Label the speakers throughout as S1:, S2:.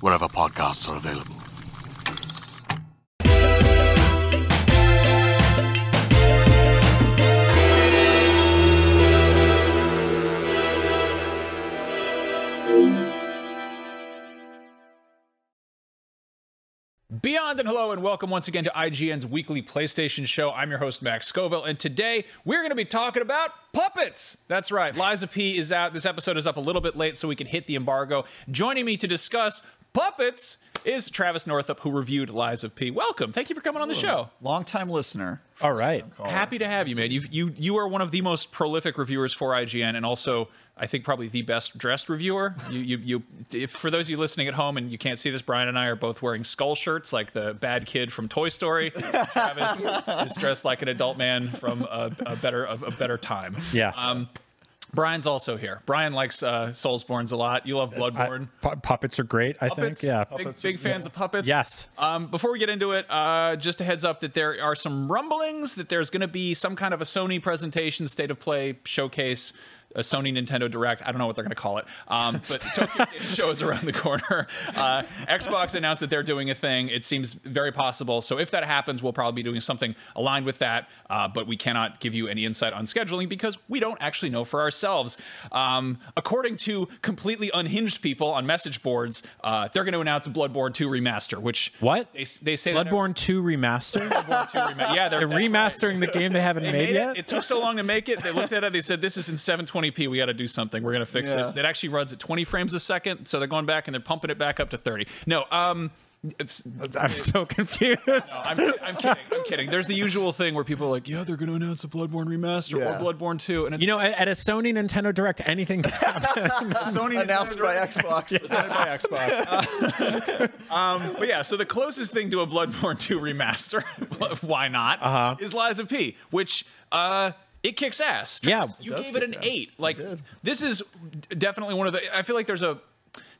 S1: wherever podcasts are available.
S2: Beyond and hello, and welcome once again to IGN's weekly PlayStation show. I'm your host, Max Scoville, and today we're going to be talking about puppets. That's right, Liza P is out. This episode is up a little bit late, so we can hit the embargo. Joining me to discuss puppets is Travis Northup, who reviewed Liza P. Welcome. Thank you for coming on the show.
S3: Longtime listener.
S4: All right.
S2: Happy to have you, man. You you you are one of the most prolific reviewers for IGN, and also I think probably the best dressed reviewer. You you, you if, for those of you listening at home and you can't see this, Brian and I are both wearing skull shirts like the bad kid from Toy Story. Travis is dressed like an adult man from a, a better of a better time.
S4: Yeah.
S2: Um, Brian's also here. Brian likes uh, Soulsborns a lot. You love Bloodborne.
S4: Pu- puppets are great. I
S2: Puppets,
S4: think. Yeah.
S2: big, big fans of puppets.
S4: Yes.
S2: Um, before we get into it, uh, just a heads up that there are some rumblings that there's going to be some kind of a Sony presentation, state of play, showcase, a Sony Nintendo Direct. I don't know what they're going to call it. Um, but Tokyo Game Show is around the corner. Uh, Xbox announced that they're doing a thing. It seems very possible. So if that happens, we'll probably be doing something aligned with that. Uh, but we cannot give you any insight on scheduling because we don't actually know for ourselves. Um, according to completely unhinged people on message boards, uh, they're going to announce Bloodborne 2 remaster, which
S4: What?
S2: they, they say that
S4: Bloodborne 2 remaster?
S2: Bloodborne 2 remaster. Yeah, they're
S4: They're remastering the game they haven't made,
S2: Made
S4: yet?
S2: it. it took so long to make it. They looked at it. They said, "This is in 720p. We got to do something. We're gonna fix
S3: Yeah.
S2: it." It actually runs at 20 frames a second, so they're going back and they're pumping it back up to 30. No, um, it's-
S4: I'm so confused.
S2: I'm, I'm kidding. I'm kidding. There's the usual thing where people are like, "Yeah, they're gonna announce a Bloodborne remaster
S3: Yeah.
S2: or Bloodborne 2," and it's
S4: You know, at, at a Sony Nintendo Direct, anything can happen.
S2: Sony
S3: Announced by Xbox.
S2: But yeah, so the closest thing to a Bloodborne 2 remaster, why not, uh-huh. is Liza P, which uh, it kicks ass.
S4: Yeah.
S2: you
S3: does
S2: gave it
S3: kick
S2: an
S3: ass.
S2: eight. Like
S3: did.
S2: this is definitely one of the. I feel like there's a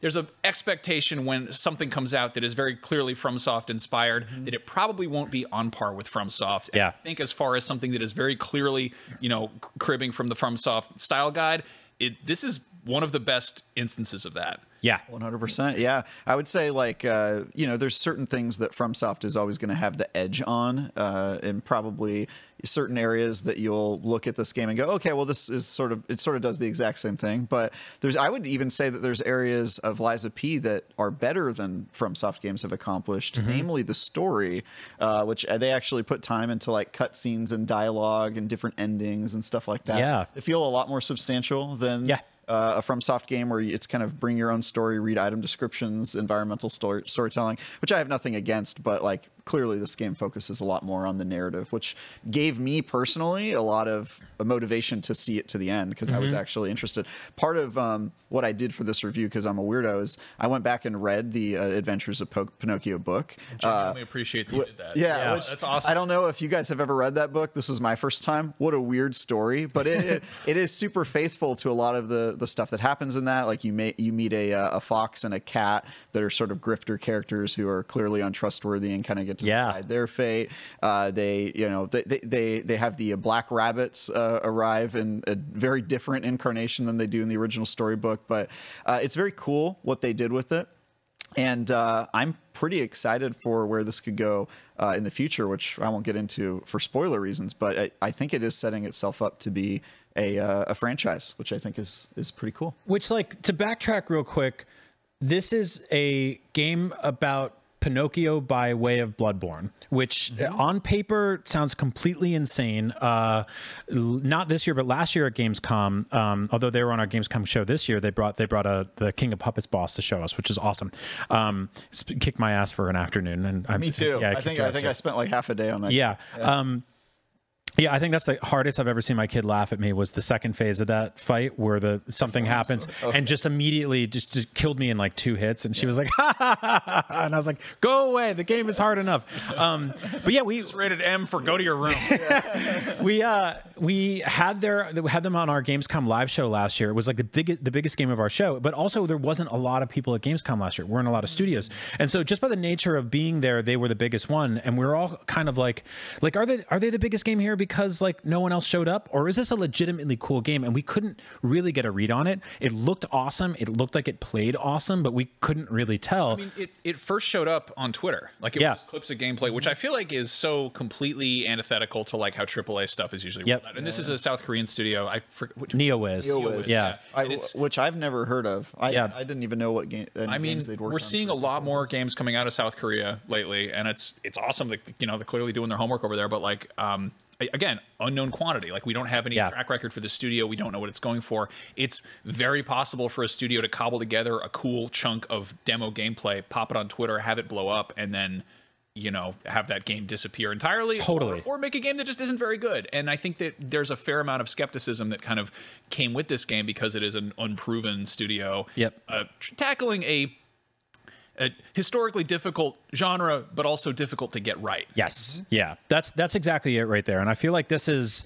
S2: there's a expectation when something comes out that is very clearly FromSoft inspired that it probably won't be on par with FromSoft. And
S4: Yeah.
S2: I think as far as something that is very clearly you know cribbing from the FromSoft style guide, it this is one of the best instances of that.
S4: yeah.
S3: One hundred percent. Yeah, I would say like uh, you know, there's certain things that FromSoft is always going to have the edge on, uh, and probably certain areas that you'll look at this game and go, okay, well, this is sort of it sort of does the exact same thing. But there's, I would even say that there's areas of Liza P that are better than FromSoft games have accomplished,
S4: Mm-hmm.
S3: namely the story, uh, which they actually put time into like cutscenes and dialogue and different endings and stuff like that.
S4: Yeah.
S3: they feel a lot more substantial than
S4: Yeah.
S3: uh, a FromSoft game where it's kind of bring your own story, read item descriptions, environmental story, storytelling, which I have nothing against, but like clearly this game focuses a lot more on the narrative, which gave me personally a lot of a motivation to see it to the end because I was actually interested. Part of um, what I did for this review, because I'm a weirdo, is I went back and read the uh, Adventures of po- Pinocchio book. Uh,
S2: genuinely appreciate that you did that.
S3: yeah, which-
S2: that's awesome.
S3: I don't know if you guys have ever read that book. This was my first time. What a weird story, but it, it, it is super faithful to a lot of the the stuff that happens in that. Like you may, you meet a uh, a fox and a cat that are sort of grifter characters who are clearly untrustworthy and kind of get to
S4: Yeah.
S3: decide their fate. Uh, they you know they they they, they have the black rabbits uh, arrive in a very different incarnation than they do in the original storybook, but uh, it's very cool what they did with it and uh, I'm pretty excited for where this could go uh, in the future, which I won't get into for spoiler reasons. But I, I think it is setting itself up to be a, uh, a franchise, which I think is is pretty cool.
S4: Which, like, to backtrack real quick, this is a game about Pinocchio by way of Bloodborne, which uh, on paper sounds completely insane. Uh, l- not this year, but last year at Gamescom. Um, although they were on our Gamescom show this year, they brought they brought a the King of Puppets boss to show us, which is awesome. Um, sp- kicked my ass for an afternoon, and I'm,
S3: Me too.
S4: Yeah,
S3: I think
S4: kicked
S3: I
S4: ass,
S3: think
S4: yeah.
S3: I spent like half a day on that.
S4: Yeah. Um, yeah, I think that's the hardest I've ever seen my kid laugh at me was the second phase of that fight where the something happens and just immediately just, just killed me in like two hits and she was like ha, ha, ha, ha, ha," and I was like go away the game is hard enough. Um, but yeah, we
S2: Rated M for go to your room.
S4: we uh we had their we had them on our Gamescom live show last year. It was like the big the biggest game of our show, but also there wasn't a lot of people at Gamescom last year. weren't a lot of studios, and so just by the nature of being there, they were the biggest one, and we were all kind of like, like are they are they the biggest game here because like no one else showed up, or is this a legitimately cool game? And we couldn't really get a read on it. It looked awesome. It looked like it played awesome, but we couldn't really tell.
S2: I mean, it, it first showed up on Twitter. Like it
S4: Yeah.
S2: was just clips of gameplay, which I feel like is so completely antithetical to like how AAA stuff is usually.
S4: Yep.
S2: rolled out. And this is a South Korean studio. I forget. What,
S4: NeoWiz.
S2: NeoWiz,
S4: yeah.
S3: I,
S2: And it's-
S3: which I've never heard of. I,
S4: Yeah.
S3: I didn't even know what game.
S2: I mean,
S3: games they'd worked
S2: we're
S3: on
S2: seeing
S3: for
S2: a
S3: it.
S2: lot more games coming out of South Korea lately, and it's it's awesome that you know they're clearly doing their homework over there. But like, um, a- again, unknown quantity. Like, we don't have any
S4: Yeah.
S2: track record for the studio. We don't know what it's going for. It's very possible for a studio to cobble together a cool chunk of demo gameplay, pop it on Twitter, have it blow up, and then you know have that game disappear entirely
S4: Totally.
S2: or, or make a game that just isn't very good and i think that there's a fair amount of skepticism that kind of came with this game because it is an unproven studio
S4: Yep.
S2: uh, tr- tackling a a historically difficult genre, but also difficult to get right.
S4: Yes. Yeah. That's that's exactly it right there. And I feel like this is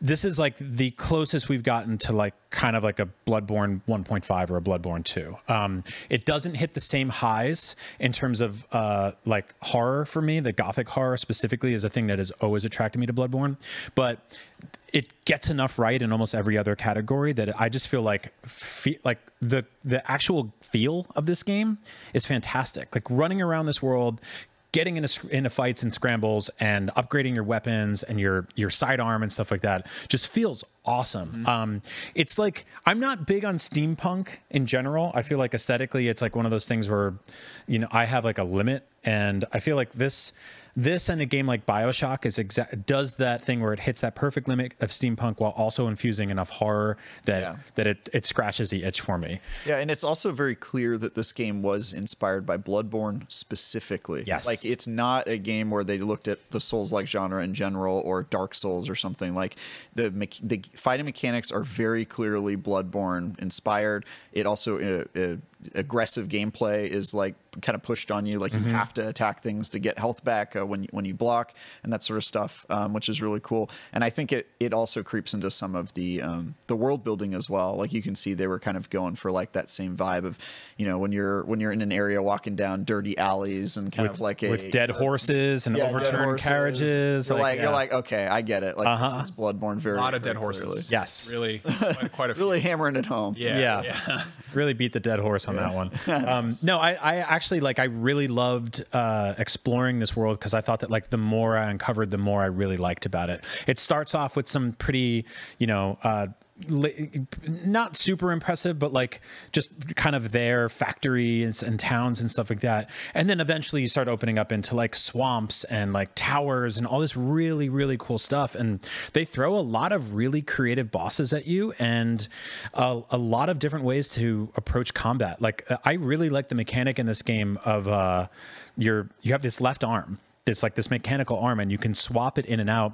S4: this is like the closest we've gotten to like kind of like a Bloodborne 1.5 or a Bloodborne 2. Um, it doesn't hit the same highs in terms of uh, like horror for me. The gothic horror specifically is a thing that has always attracted me to Bloodborne, but it gets enough right in almost every other category that I just feel like fe- like the the actual feel of this game is fantastic. Like running around this world, getting into sc- into fights and scrambles and upgrading your weapons and your your sidearm and stuff like that just feels awesome.
S3: Mm-hmm.
S4: Um, it's like I'm not big on steampunk in general. I feel like aesthetically, it's like one of those things where, you know, I have like a limit, and I feel like this this and a game like Bioshock is exact does that thing where it hits that perfect limit of steampunk while also infusing enough horror that
S3: Yeah.
S4: that it it scratches the itch for me.
S3: Yeah, and it's also very clear that this game was inspired by Bloodborne specifically.
S4: Yes.
S3: Like it's not a game where they looked at the Souls-like genre in general or Dark Souls or something like the mech- the fighting mechanics are very clearly Bloodborne inspired. It also uh, uh, aggressive gameplay is like kind of pushed on you like you have to attack things to get health back uh, when you, when you block and that sort of stuff, um, which is really cool. And I think it it also creeps into some of the um, the world building as well. Like you can see they were kind of going for like that same vibe of you know when you're when you're in an area walking down dirty alleys and kind of like a uh,
S4: With dead horses and
S3: Yeah, dead
S4: overturned
S3: horses.
S4: carriages,
S3: You're like,
S4: yeah. Uh-huh.
S3: you're like okay, I get it. Like this is Bloodborne very
S2: A lot of
S3: very
S2: dead horses.
S3: clearly.
S4: Yes.
S2: Really, quite, quite a few.
S3: Really hammering it home.
S4: yeah, really beat the dead horse on that one um, no I, I actually like i really loved uh, exploring this world because i thought that like the more i uncovered the more i really liked about it it starts off with some pretty you know uh, li- not super impressive but like just kind of their factories and towns and stuff like that and then eventually you start opening up into like swamps and like towers and all this really really cool stuff and they throw a lot of really creative bosses at you and a, a lot of different ways to approach combat like uh, i really like the mechanic in this game of uh your you have this left arm it's like this mechanical arm and you can swap it in and out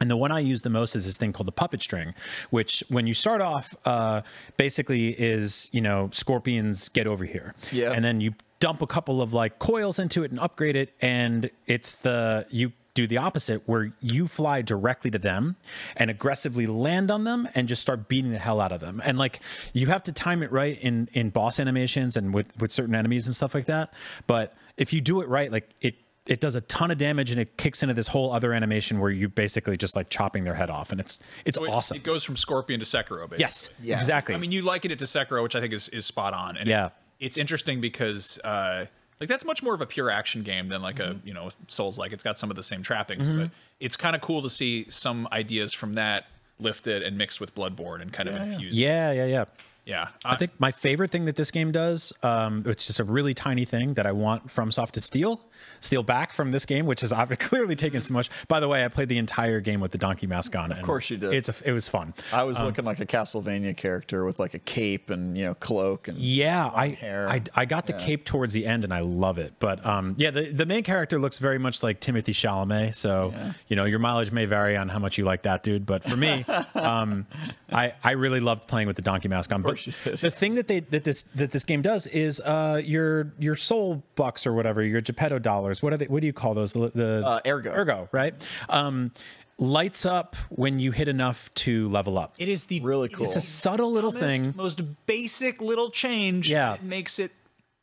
S4: and the one I use the most is this thing called the puppet string, which when you start off, uh, basically is, you know, scorpions get over here.
S3: Yeah.
S4: And then you dump a couple of like coils into it and upgrade it. And it's the, you do the opposite where you fly directly to them and aggressively land on them and just start beating the hell out of them. And like you have to time it right in, in boss animations and with, with certain enemies and stuff like that. But if you do it right, like it, it does a ton of damage and it kicks into this whole other animation where you basically just like chopping their head off and it's it's
S2: So it-
S4: awesome.
S2: It goes from Scorpion to Sekiro, basically.
S4: yes, exactly.
S2: I mean, you liken it to Sekiro, which I think is is spot on. And
S4: Yeah.
S2: it's, it's interesting because uh, like that's much more of a pure action game than like a you know Souls like. It's got some of the same trappings, but it's kind of cool to see some ideas from that lifted and mixed with Bloodborne and kind of infused.
S4: yeah, yeah, yeah.
S2: Yeah.
S4: I think my favorite thing that this game does, um, it's just a really tiny thing that I want FromSoft to steal, steal back from this game, which has obviously clearly taken so much. By the way, I played the entire game with the donkey mask on. Of
S3: course you did.
S4: It's a, it was fun.
S3: I
S4: Uh-huh.
S3: was looking like a Castlevania character with like a cape and you know cloak and
S4: Yeah, I,
S3: hair.
S4: I I got the cape towards the end and I love it. But um, yeah, the, the main character looks very much like Timothy Chalamet. So you know, your mileage may vary on how much you like that dude. But for me, um, I I really loved playing with the donkey mask on. But the thing that they that this that this game does is uh your your soul bucks or whatever your Geppetto dollars. What are they? What do you call those? The, the
S3: Uh, ergo.
S4: ergo, right? Um, lights up when you hit enough to level up.
S2: Uh, it is the
S3: Really cool.
S4: It's a subtle little
S2: dumbest,
S4: thing.
S2: most basic little change
S4: Yeah.
S2: that makes it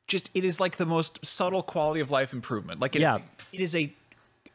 S2: just it is like the most subtle quality of life improvement. Like it is
S4: Yeah.
S2: it is a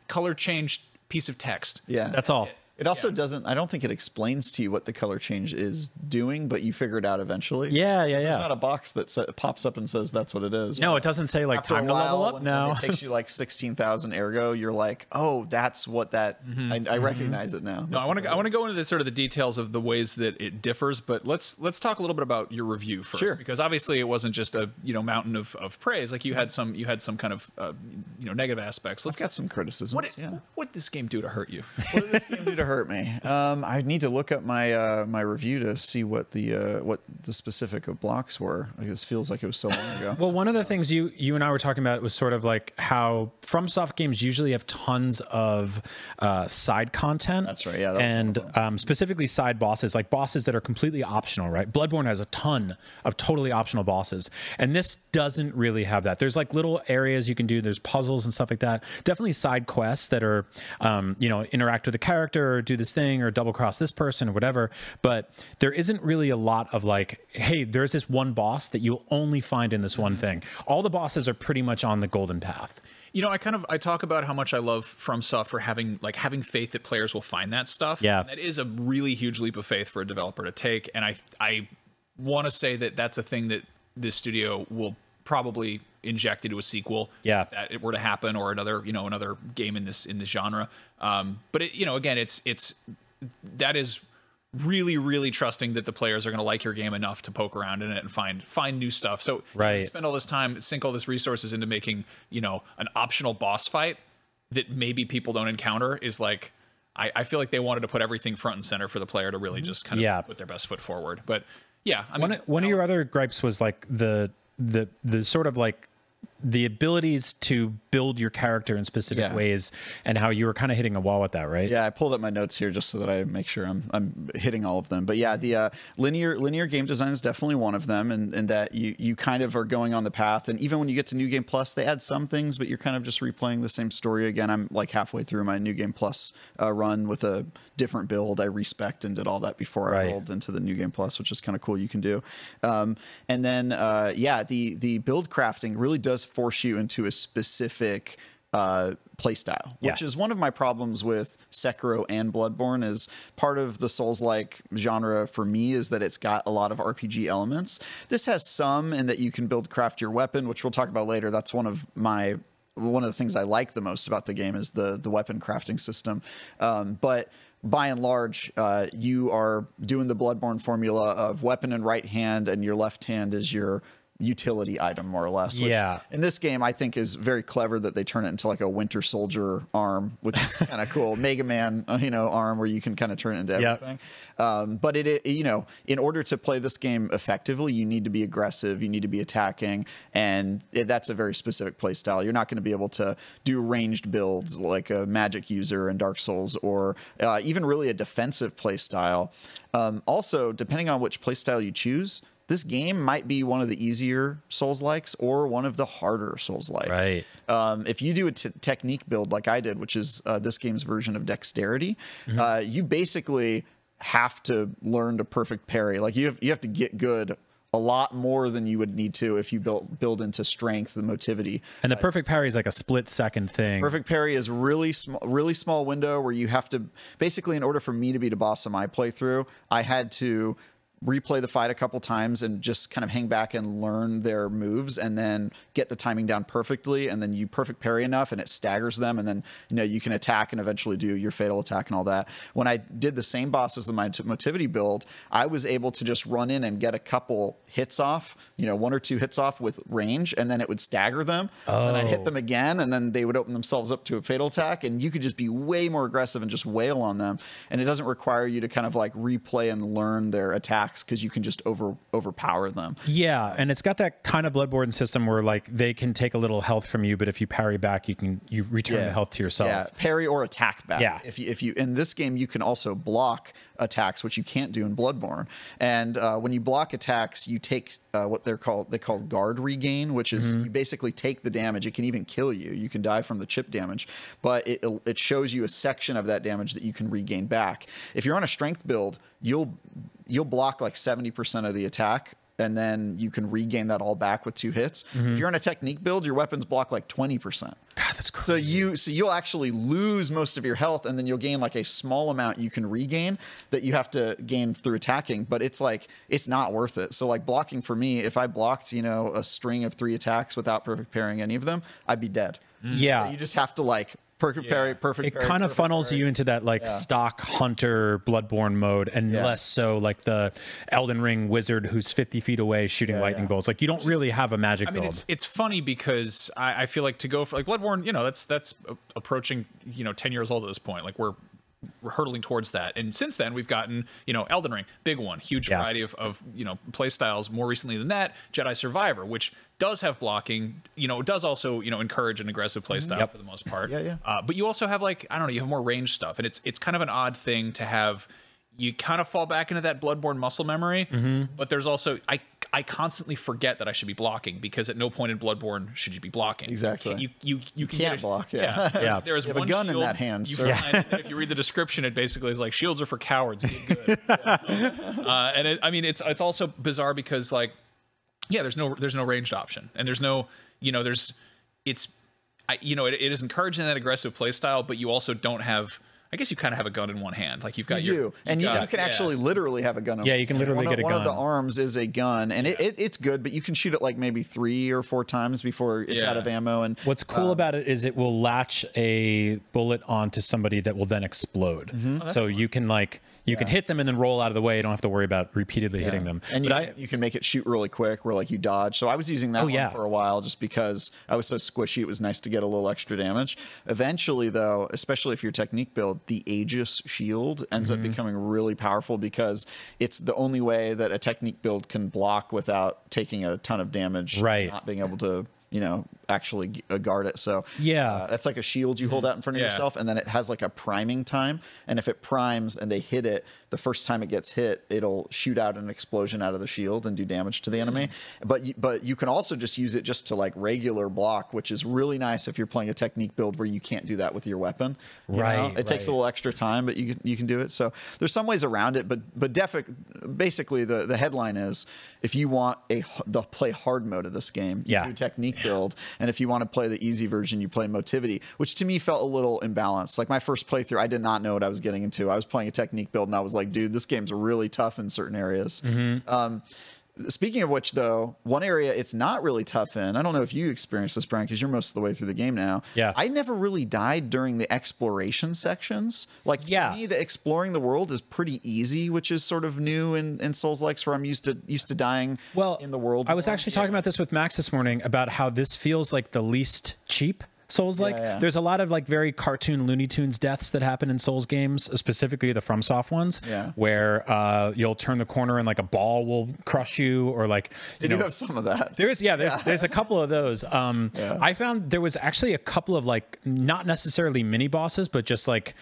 S2: color change piece of text.
S3: yeah.
S4: That's all.
S3: It also doesn't. I don't think it explains to you what the color change is doing, but you figure it out eventually.
S4: Yeah, yeah,
S3: There's
S4: yeah.
S3: not a box that sa- pops up and says that's what it is.
S4: No, it doesn't say like
S3: After
S4: time
S3: a
S4: to
S3: while,
S4: level up.
S3: when,
S4: No,
S3: when it takes you like sixteen thousand ergo. You're like, oh, that's what that.
S4: Mm-hmm,
S3: I, I recognize it now.
S2: No, I want to I want to go into the sort of the details of the ways that it differs, but let's let's talk a little bit about your review first,
S3: Sure.
S2: because obviously it wasn't just a you know mountain of, of praise. Like you had some you had some kind of uh, you know negative aspects. Let's
S3: It's got some criticisms.
S2: what did,
S3: yeah.
S2: what did this game do to hurt you?
S3: what did this game do to hurt me? Um, I need to look up my uh, my review to see what the uh, what the specific of blocks were. Like, this feels like it was so long ago.
S4: Well, one of the things you you and I were talking about was sort of like how FromSoft games usually have tons of uh, side content.
S3: That's right, yeah, that was one
S4: and um, specifically side bosses, like bosses that are completely optional. Right, Bloodborne has a ton of totally optional bosses, and this doesn't really have that. There's like little areas you can do. There's puzzles and stuff like that. Definitely side quests that are, um, you know, interact with a character or do this thing or double cross this person or whatever. But there isn't really a lot of like, hey, there's this one boss that you'll only find in this one thing. All the bosses are pretty much on the golden path.
S2: you know i kind of i talk about how much i love from software having like having faith that players will find that stuff
S4: Yeah.
S2: and that is a really huge leap of faith for a developer to take and i i want to say that that's a thing that this studio will probably inject into a sequel
S4: Yeah.
S2: if that it were to happen or another you know another game in this in this genre um but it you know again it's it's that is really really trusting that the players are going to like your game enough to poke around in it and find find new stuff so you
S4: Right.
S2: spend all this time sink all this resources into making you know an optional boss fight that maybe people don't encounter is like i, I feel like they wanted to put everything front and center for the player to really just kind of
S4: Yeah.
S2: put their best foot forward but yeah i mean
S4: One one of your other gripes was like the the the sort of like the abilities to build your character in specific
S3: Yeah.
S4: ways and how you were kind of hitting a wall with that, right?
S3: Yeah, I pulled up my notes here just so that I make sure I'm I'm hitting all of them. But yeah, the uh, linear linear game design is definitely one of them, and and that you you kind of are going on the path. And even when you get to New Game Plus, they add some things, but you're kind of just replaying the same story again. I'm like halfway through my New Game Plus uh, run with a different build. I respect and did all that before I
S4: Right.
S3: rolled into the New Game Plus, which is kind of cool. You can do, um, and then uh, yeah, the the build crafting really does force you into a specific. Uh, play style, which
S4: Yeah.
S3: is one of my problems with Sekiro and Bloodborne is part of the Souls like genre for me is that it's got a lot of RPG elements. This has some in that you can build craft your weapon, which we'll talk about later. That's one of my one of the things I like the most about the game is the the weapon crafting system. Um, but by and large, uh, you are doing the Bloodborne formula of weapon in right hand and your left hand is your utility item more or less. which
S4: Yeah.
S3: in this game, I think is very clever that they turn it into like a Winter Soldier arm, which is kind of cool. Mega Man, uh, you know, arm where you can kind of turn it into
S4: Yeah.
S3: everything. Um, but it, it, you know, in order to play this game effectively, you need to be aggressive, you need to be attacking, and it, that's a very specific play style. You're not going to be able to do ranged builds like a magic user in Dark Souls, or uh, even really a defensive play style. Um, also, depending on which play style you choose this game might be one of the easier Souls likes or one of the harder Souls likes.
S4: Right.
S3: Um, if you do a t- technique build like I did, which is uh, this game's version of dexterity, uh, you basically have to learn to perfect parry. Like you have you have to get good a lot more than you would need to if you built build into strength and motivity.
S4: And the perfect parry is like a split second thing.
S3: Perfect parry is really small, really small window where you have to basically, in order for me to beat a boss in my playthrough, I had to replay the fight a couple times and just kind of hang back and learn their moves and then get the timing down perfectly and then you perfect parry enough and it staggers them and then you know you can attack and eventually do your fatal attack and all that when i did the same boss as the Mot- motivity build i was able to just run in and get a couple hits off you know one or two hits off with range and then it would stagger them and then i hit them again and then they would open themselves up to a fatal attack and you could just be way more aggressive and just wail on them and it doesn't require you to kind of like replay and learn their attacks because you can just over overpower them
S4: Yeah, and it's got that kind of bloodborne system where like they can take a little health from you, but if you parry back, you can you return the health to yourself.
S3: Yeah, parry or attack back.
S4: Yeah.
S3: If you, if you in this game you can also block attacks, which you can't do in Bloodborne. And uh, when you block attacks, you take uh, what they're called they call guard regain, which is
S4: Mm-hmm.
S3: you basically take the damage. It can even kill you. You can die from the chip damage, but it it shows you a section of that damage that you can regain back. If you're on a strength build, you'll you'll block like seventy percent of the attack and then you can regain that all back with two hits.
S4: Mm-hmm.
S3: If you're on a technique build, your weapons block like 20%. God, that's crazy. So you so you'll actually lose most of your health and then you'll gain like a small amount you can regain that you have to gain through attacking, but it's like it's not worth it. So like blocking for me, if I blocked, you know, a string of 3 attacks without perfect parrying any of them, I'd be dead.
S4: Mm. Yeah.
S3: So you just have to like perfect parry, perfect
S4: it
S3: parry,
S4: kind of
S3: perfect
S4: funnels
S3: parry.
S4: you into that like stock hunter bloodborne mode and
S3: Yeah.
S4: less so like the Elden Ring wizard who's 50 feet away shooting lightning bolts. Like you don't really have a magic
S2: I mean,
S4: build.
S2: it's it's funny because I, I feel like to go for like Bloodborne, you know, that's that's a- approaching you know ten years old at this point. Like we're we're hurtling towards that, and since then we've gotten you know Elden Ring, big one, huge
S4: Yeah.
S2: variety of of you know play styles. More recently than that, Jedi Survivor, which does have blocking, you know, does also you know encourage an aggressive play style for the most part.
S3: Yeah, yeah.
S2: Uh, but you also have like I don't know, you have more range stuff, and it's it's kind of an odd thing to have. You kind of fall back into that bloodborne muscle memory,
S3: Mm-hmm.
S2: but there's also I I constantly forget that I should be blocking because at no point in bloodborne should you be blocking.
S3: Exactly.
S2: You you you, can
S3: can't
S2: get a-
S3: block, yeah.
S2: There's,
S4: Yeah.
S2: there's
S3: You have a
S2: one
S3: gun in
S2: shield
S3: that hand,
S2: you
S3: sir.
S2: find, and if you read the description, it basically is like shields are for cowards. Get good. uh, and it, I mean, it's it's also bizarre because like yeah, there's no there's no ranged option, and there's no you know there's it's I, you know it, it is encouraging that aggressive play style, but you also don't have I guess you kind of have a gun in one hand, like you've got
S3: you
S2: your
S3: do, and you,
S2: got-
S3: you can
S2: yeah.
S3: actually literally have a gun.
S4: Yeah, you can literally
S3: one
S4: get a
S3: of, One
S4: gun.
S3: of the arms is a gun, and it, it, it's good, but you can shoot it like maybe three or four times before it's
S2: Yeah.
S3: out of ammo. And
S4: What's cool about it is it will latch a bullet onto somebody that will then explode.
S3: Mm-hmm. Oh,
S4: so you can like you can hit them and then roll out of the way. You don't have to worry about repeatedly hitting them. but
S3: and you,
S4: I, Oh,
S3: you can make it shoot really quick, where like you dodge. So I was using that one
S4: yeah.
S3: for a while just because I was so squishy. It was nice to get a little extra damage. Eventually, though, especially if your technique build, the Aegis shield ends
S4: Mm-hmm.
S3: up becoming really powerful because it's the only way that a technique build can block without taking a ton of damage,
S4: Right.
S3: Not being able to. You know, actually g- uh, guard it. So
S4: Yeah.
S3: uh, that's like a shield you hold out in front of
S2: Yeah.
S3: yourself, and then it has like a priming time. And if it primes and they hit it, the first time it gets hit, it'll shoot out an explosion out of the shield and do damage to the enemy. But you, but you can also just use it just to like regular block, which is really nice if you're playing a technique build where you can't do that with your weapon. you know?
S4: Right,
S3: It takes a
S4: right.
S3: little extra time, but you can, you can do it. So there's some ways around it, but but defi- basically the the headline is if you want a h- the play hard mode of this game, you
S4: Yeah.
S3: do technique build, and if you want to play the easy version, you play motivity, which to me felt a little imbalanced. Like my first playthrough, I did not know what I was getting into. I was playing a technique build, and I was like, dude, this game's really tough in certain areas. Um, Speaking of which, though, one area it's not really tough in, I don't know if you experienced this, Brian, because you're most of the way through the game now.
S4: Yeah.
S3: I never really died during the exploration sections. Like,
S4: Yeah.
S3: to me, the exploring the world is pretty easy, which is sort of new in, in Souls likes where I'm used to used to dying
S4: well
S3: in the world.
S4: I was
S3: more.
S4: actually talking about this with Max this morning about how this feels like the least cheap Souls like.
S3: yeah.
S4: There's a lot of like very cartoon Looney Tunes deaths that happen in Souls games, specifically the FromSoft ones,
S3: Yeah.
S4: where uh, you'll turn the corner and like a ball will crush you, or like
S3: They
S4: you
S3: do
S4: know,
S3: have some of that.
S4: There is, yeah. There's there's a couple of those. Um, I found there was actually a couple of like not necessarily mini bosses, but just like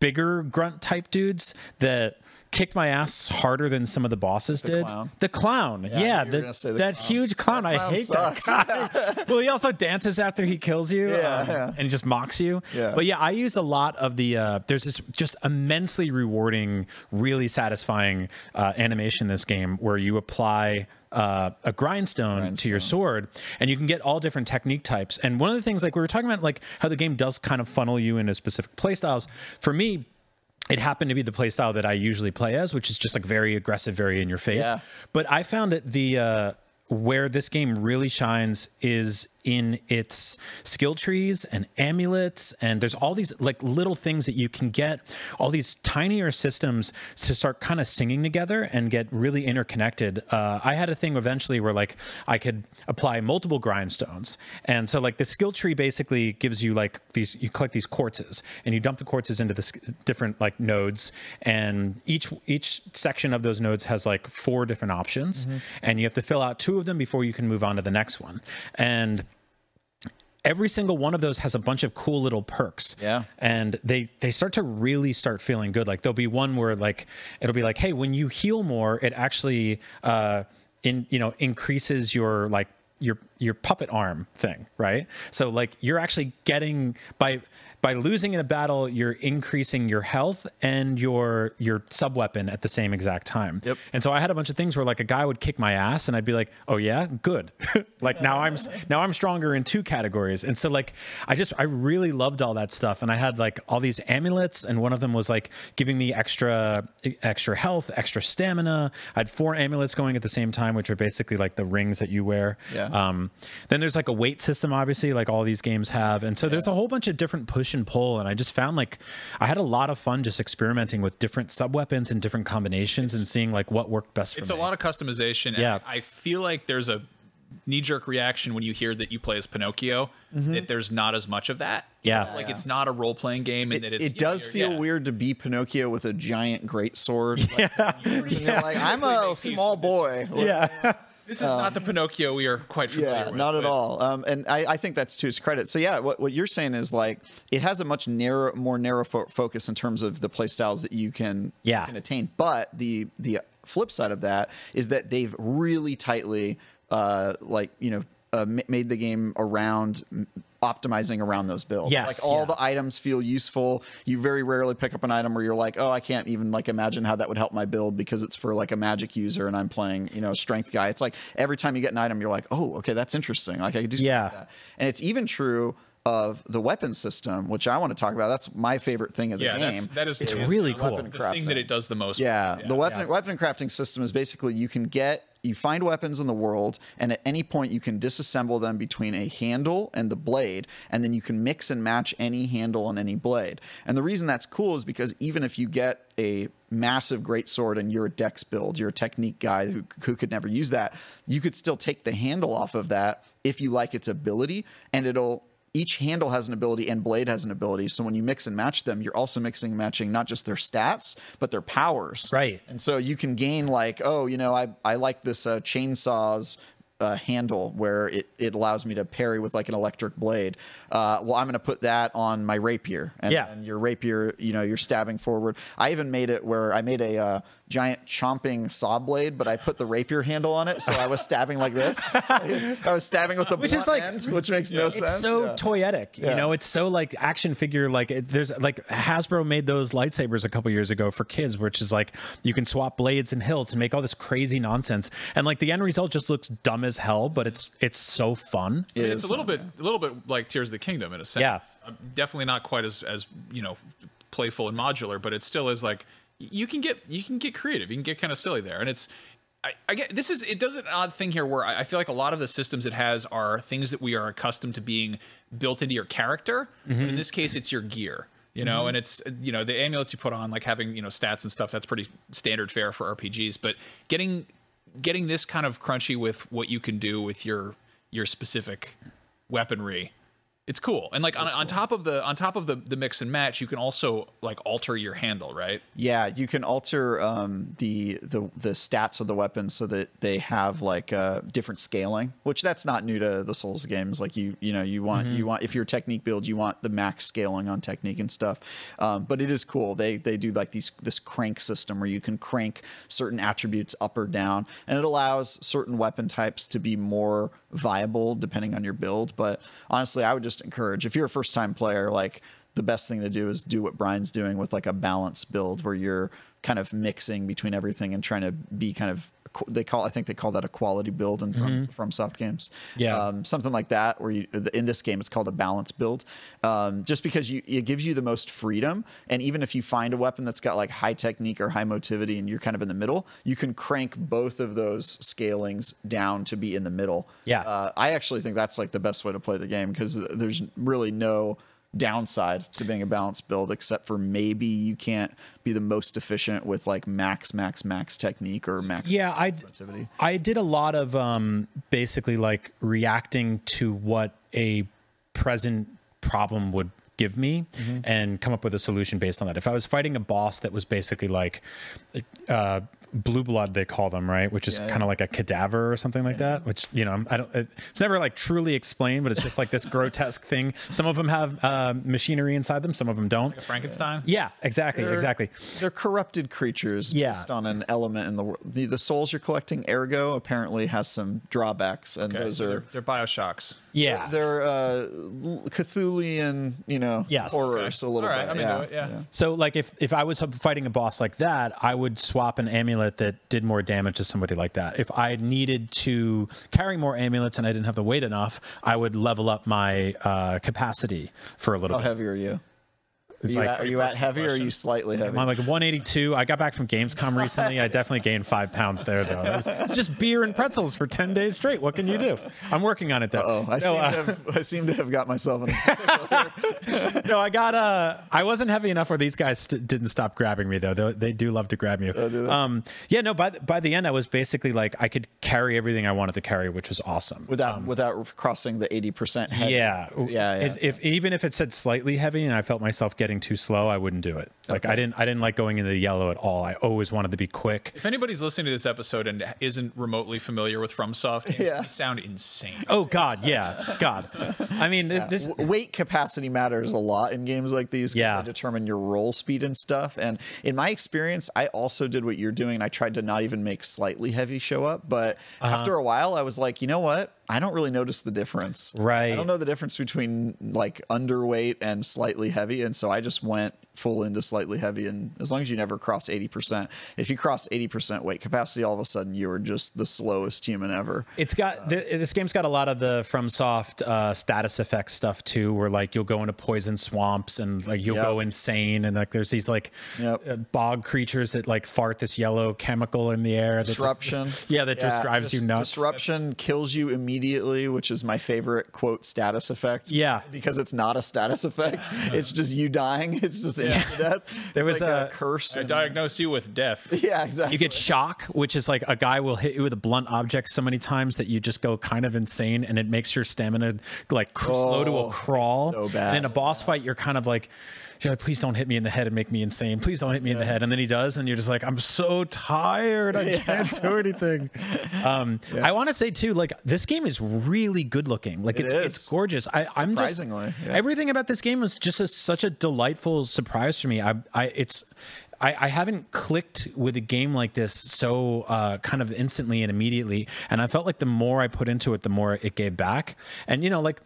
S4: bigger grunt type dudes that kicked my ass harder than some of the bosses did.
S3: clown.
S4: The clown, yeah,
S3: you were
S4: the-
S3: gonna say the
S4: that
S3: clown.
S4: huge clown.
S3: That clown
S4: I hate
S3: sucks.
S4: that guy. well, he also dances after he kills you,
S3: Yeah,
S4: um,
S3: yeah.
S4: and just mocks you.
S3: Yeah.
S4: But yeah, I used a lot of the. Uh, there's this just immensely rewarding, really satisfying uh, animation in this game where you apply uh, a grindstone, to your sword, and you can get all different technique types. And one of the things, like we were talking about, like how the game does kind of funnel you into specific playstyles. For me, it happened to be the playstyle that I usually play as, which is just like very aggressive, very in your face.
S3: Yeah.
S4: But I found that the uh, where this game really shines is in its skill trees and amulets, and there's all these like little things that you can get, all these tinier systems to start kind of singing together and get really interconnected. Uh, I had a thing eventually where like I could apply multiple grindstones, and so like the skill tree basically gives you like these you collect these quartzes and you dump the quartzes into the s- different like nodes, and each each section of those nodes has like four different options, and you have to fill out two of them before you can move on to the next one, and every single one of those has a bunch of cool little perks.
S3: Yeah.
S4: And they they start to really start feeling good. Like there'll be one where like it'll be like, hey, when you heal more, it actually uh in you know increases your like your your puppet arm thing, right? So like you're actually getting by by losing in a battle, you're increasing your health and your your sub weapon at the same exact time. Yep. And so I had a bunch of things where like a guy would kick my ass, and I'd be like, "Oh yeah, good." like now I'm s- now I'm stronger in two categories. And so like I just I really loved all that stuff, and I had like all these amulets, and one of them was like giving me extra e, extra health, extra stamina. I had four amulets going at the same time, which are basically like the rings that you wear.
S3: Yeah.
S4: Um, then there's like a weight system, obviously, like all these games have, and so there's a whole bunch of different push and pull. And I just found like I had a lot of fun just experimenting with different sub weapons and different combinations and seeing like what worked best for
S2: it's
S4: me.
S2: a lot of customization. and
S4: Yeah.
S2: I feel like there's a knee jerk reaction when you hear that you play as Pinocchio that there's not as much of that.
S4: Mm-hmm. Yeah.
S2: like it's not a role playing game, and
S3: It,
S2: that it's,
S3: it does
S2: yeah,
S3: feel
S2: yeah.
S3: weird to be Pinocchio with a giant great sword. Yeah.
S2: You're-
S3: like, I'm a
S2: They teased
S3: small
S2: this.
S3: boy. Like,
S4: yeah.
S2: This is not
S4: um,
S2: the Pinocchio we are quite familiar
S3: yeah,
S2: with.
S3: not at
S2: but-
S3: all. Um, and I, I think that's to its credit. So yeah, what, what you're saying is like it has a much narrow, more narrow fo- focus in terms of the play styles that you can
S4: Yeah.
S3: can attain. But the the flip side of that is that they've really tightly uh, like you know uh, ma- made the game around. m- Optimizing around those builds,
S4: Yes,
S3: like all
S4: yeah.
S3: the items feel useful. You very rarely pick up an item where you're like, "Oh, I can't even like imagine how that would help my build because it's for like a magic user and I'm playing, you know, strength guy." It's like every time you get an item, you're like, "Oh, okay, that's interesting. Like I could do something
S4: Yeah.
S3: like that." And it's even true of the weapon system, which I want to talk about. That's my favorite thing of the
S2: Yeah,
S3: game.
S2: that's, that is
S4: It's
S2: is
S4: really
S2: the
S4: cool.
S2: weapon- The thing that it does the most.
S3: Yeah, the weapon
S4: yeah.
S3: weapon crafting system is basically you can get you find weapons in the world, and at any point you can disassemble them between a handle and the blade, and then you can mix and match any handle and any blade. And the reason that's cool is because even if you get a massive greatsword and you're a dex build, you're a technique guy who, who could never use that, you could still take the handle off of that if you like its ability, and it'll each handle has an ability and blade has an ability. So when you mix and match them, you're also mixing and matching not just their stats, but their powers.
S4: Right.
S3: And so you can gain like, oh, you know, I, I like this uh, chainsaw's uh, handle where it, it allows me to parry with like an electric blade. Uh, well, I'm going to put that on my rapier. And,
S4: Yeah.
S3: and your rapier, you know, you're stabbing forward. I even made it where I made a uh, giant chomping saw blade, but I put the rapier handle on it. So I was stabbing like this. I was stabbing with the
S4: Which
S3: blunt
S4: is like-
S3: end, which makes no sense.
S4: It's so
S3: Yeah.
S4: toyetic, you know. It's so like action figure. Like it, there's like Hasbro made those lightsabers a couple years ago for kids, which is like you can swap blades and hilts and make all this crazy nonsense. And like the end result just looks dumb as hell, but it's it's so fun.
S2: I mean, it's
S3: is
S2: a little bit, a little bit like Tears of the Kingdom in a sense.
S4: Yeah.
S2: Uh, definitely not quite as as you know playful and modular, but it still is like y- you can get you can get creative, you can get kind of silly there, and it's. I, I get this is it does an odd thing here where I, I feel like a lot of the systems it has are things that we are accustomed to being built into your character. But in this case, it's your gear, you know, and it's uh, you know the amulets you put on, like having you know stats and stuff. That's pretty standard fare for RPGs, but getting getting this kind of crunchy with what you can do with your your specific weaponry it's cool and like on, on top of the on top of the the mix and match you can also like alter your handle right
S3: Yeah, you can alter um, the the the stats of the weapons so that they have like uh, different scaling, which that's not new to the Souls games. Like you you know you want you want if you're a technique build, you want the max scaling on technique and stuff. Um, but it is cool. They they do like these this crank system where you can crank certain attributes up or down, and it allows certain weapon types to be more viable depending on your build. But honestly, I would just encourage if you're a first time player like the best thing to do is do what Brian's doing with like a balance build where you're kind of mixing between everything and trying to be kind of qu- they call I think they call that a quality build in from from soft games.
S4: Mm-hmm. Yeah.
S3: Um, something like that. Where you in this game it's called a balance build, um, just because you it gives you the most freedom. And even if you find a weapon that's got like high technique or high motivity, and you're kind of in the middle, you can crank both of those scalings down to be in the middle.
S4: Yeah.
S3: Uh, I actually think that's like the best way to play the game because there's really no downside to being a balanced build except for maybe you can't be the most efficient with like max max max technique or max
S4: yeah i
S3: sensitivity.
S4: i did a lot of um basically like reacting to what a present problem would give me
S3: Mm-hmm.
S4: and come up with a solution based on that if i was fighting a boss that was basically like uh blue blood they call them right which is kind of like a cadaver or something like that which you know I'm- i don't it- it's never like truly explained but it's just like this grotesque thing some of them have uh, machinery inside them some of them don't
S2: Frankenstein.
S4: yeah exactly exactly
S3: they're corrupted creatures
S4: Yeah.
S3: based on an element in the world the, the souls you're collecting ergo apparently has some drawbacks and
S2: Okay,
S3: those
S2: so
S3: are
S2: they're, they're Bioshocks.
S4: yeah
S3: they're uh Cthulian, you know,
S4: Yes.
S3: horrors a little
S2: All right,
S3: bit.
S2: I'm into
S3: yeah.
S2: it, yeah.
S4: So like if if I was fighting a boss like that, I would swap an amulet that did more damage to somebody like that. If I needed to carry more amulets and I didn't have the weight enough, I would level up my uh, capacity for a little
S3: How
S4: bit.
S3: heavy are you? Are you,
S4: Like-
S3: at, are you at heavy or are you
S2: question.
S3: slightly heavy?
S4: I'm like 182. I got back from Gamescom recently. I definitely gained five pounds there though. It was- It's just beer and pretzels for 10 days straight. What can you do? I'm working on it though.
S3: Oh, I,
S4: No,
S3: seem
S4: uh,
S3: to have, I seem to have got myself in.
S4: no, I got uh I wasn't heavy enough where these guys st- didn't stop grabbing me though. They, they do love to grab you. um yeah, no, by the, by the end I was basically like I could carry everything I wanted to carry, which was awesome.
S3: without without crossing the eighty percent.
S4: yeah.
S3: yeah, yeah.
S4: It- if even if it said slightly heavy and I felt myself getting too slow, I wouldn't do it. Like I didn't I didn't like going into the yellow at all. I always wanted to be quick.
S2: If anybody's listening to this episode and isn't remotely familiar with FromSoft, games,
S3: Yeah.
S2: we sound insane.
S4: Oh god, yeah. God. I mean, th- this
S3: W- weight capacity matters a lot in games like these. 'cause
S4: Yeah.
S3: they determine your roll speed and stuff. And in my experience, I also did what you're doing. I tried to not even make slightly heavy show up, but
S4: Uh-huh.
S3: after a while, I was like, you know what? I don't really notice the difference.
S4: Right.
S3: I don't know the difference between like underweight and slightly heavy, and so I just went full into slightly heavy. And as long as you never cross eighty percent, if you cross eighty percent weight capacity, all of a sudden you are just the slowest human ever.
S4: It's got th- this game's got a lot of the FromSoft uh, status effect stuff too, where like you'll go into poison swamps and like you'll
S3: Yep.
S4: go insane, and like there's these like
S3: Yep.
S4: uh, bog creatures that like fart this yellow chemical in the air. that just-
S3: disruption.
S4: yeah, that just drives you
S3: dis-
S4: nuts.
S3: Disruption kills you immediately, which is my favorite quote status effect.
S4: Yeah.
S3: because it's not a status effect; it's just you dying. It's just instant death.
S4: There was
S3: It's
S4: a-
S3: like curse.
S2: I
S3: and-
S2: diagnose you with death.
S3: yeah, exactly.
S4: You get shock, which is like a guy will hit you with a blunt object so many times that you just go kind of insane, and it makes your stamina like cr- slow to
S3: Oh,
S4: a
S3: it's
S4: crawl.
S3: so bad.
S4: And in a boss fight, you're kind of like, "You're like, please don't hit me in the head and make me insane. Please don't hit me in the head. And then he does, and you're just like, I'm so tired. I can't do anything. Um, I want to say too, like this game is really good looking. Like it's
S3: is.
S4: it's gorgeous. I, I'm just
S3: Surprisingly, yeah.
S4: everything about this game was just a, such a delightful surprise for me. I, I it's. I, I haven't clicked with a game like this so uh, kind of instantly and immediately, and I felt like the more I put into it, the more it gave back. And you know, like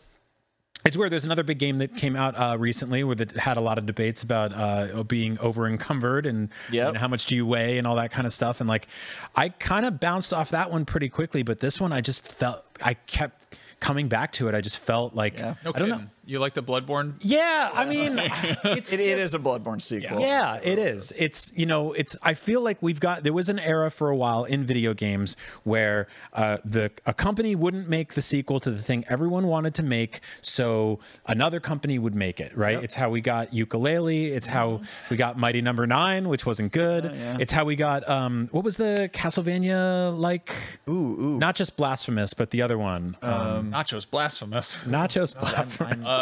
S4: it's weird. There's another big game that came out uh, recently where that had a lot of debates about uh, being over encumbered and,
S3: Yep.
S4: and how much do you weigh and all that kind of stuff. And like, I kind of bounced off that one pretty quickly, but this one I just felt I kept coming back to it. I just felt like
S2: No
S4: I don't
S2: kidding.
S4: know.
S2: You like the Bloodborne?
S4: Yeah, I mean, it's,
S3: It, it is a Bloodborne sequel.
S4: yeah, it is. It's you know, it's. I feel like we've got there was an era for a while in video games where uh, the a company wouldn't make the sequel to the thing everyone wanted to make, so another company would make it. Right? It's how we got ukulele. It's how we got Mighty Number Nine, which wasn't good. It's how we got um, what was the Castlevania like? Ooh, ooh, not just Blasphemous, but the other one, um,
S2: Nacho's blasphemous.
S4: Nachos Blasphemous.
S3: Uh,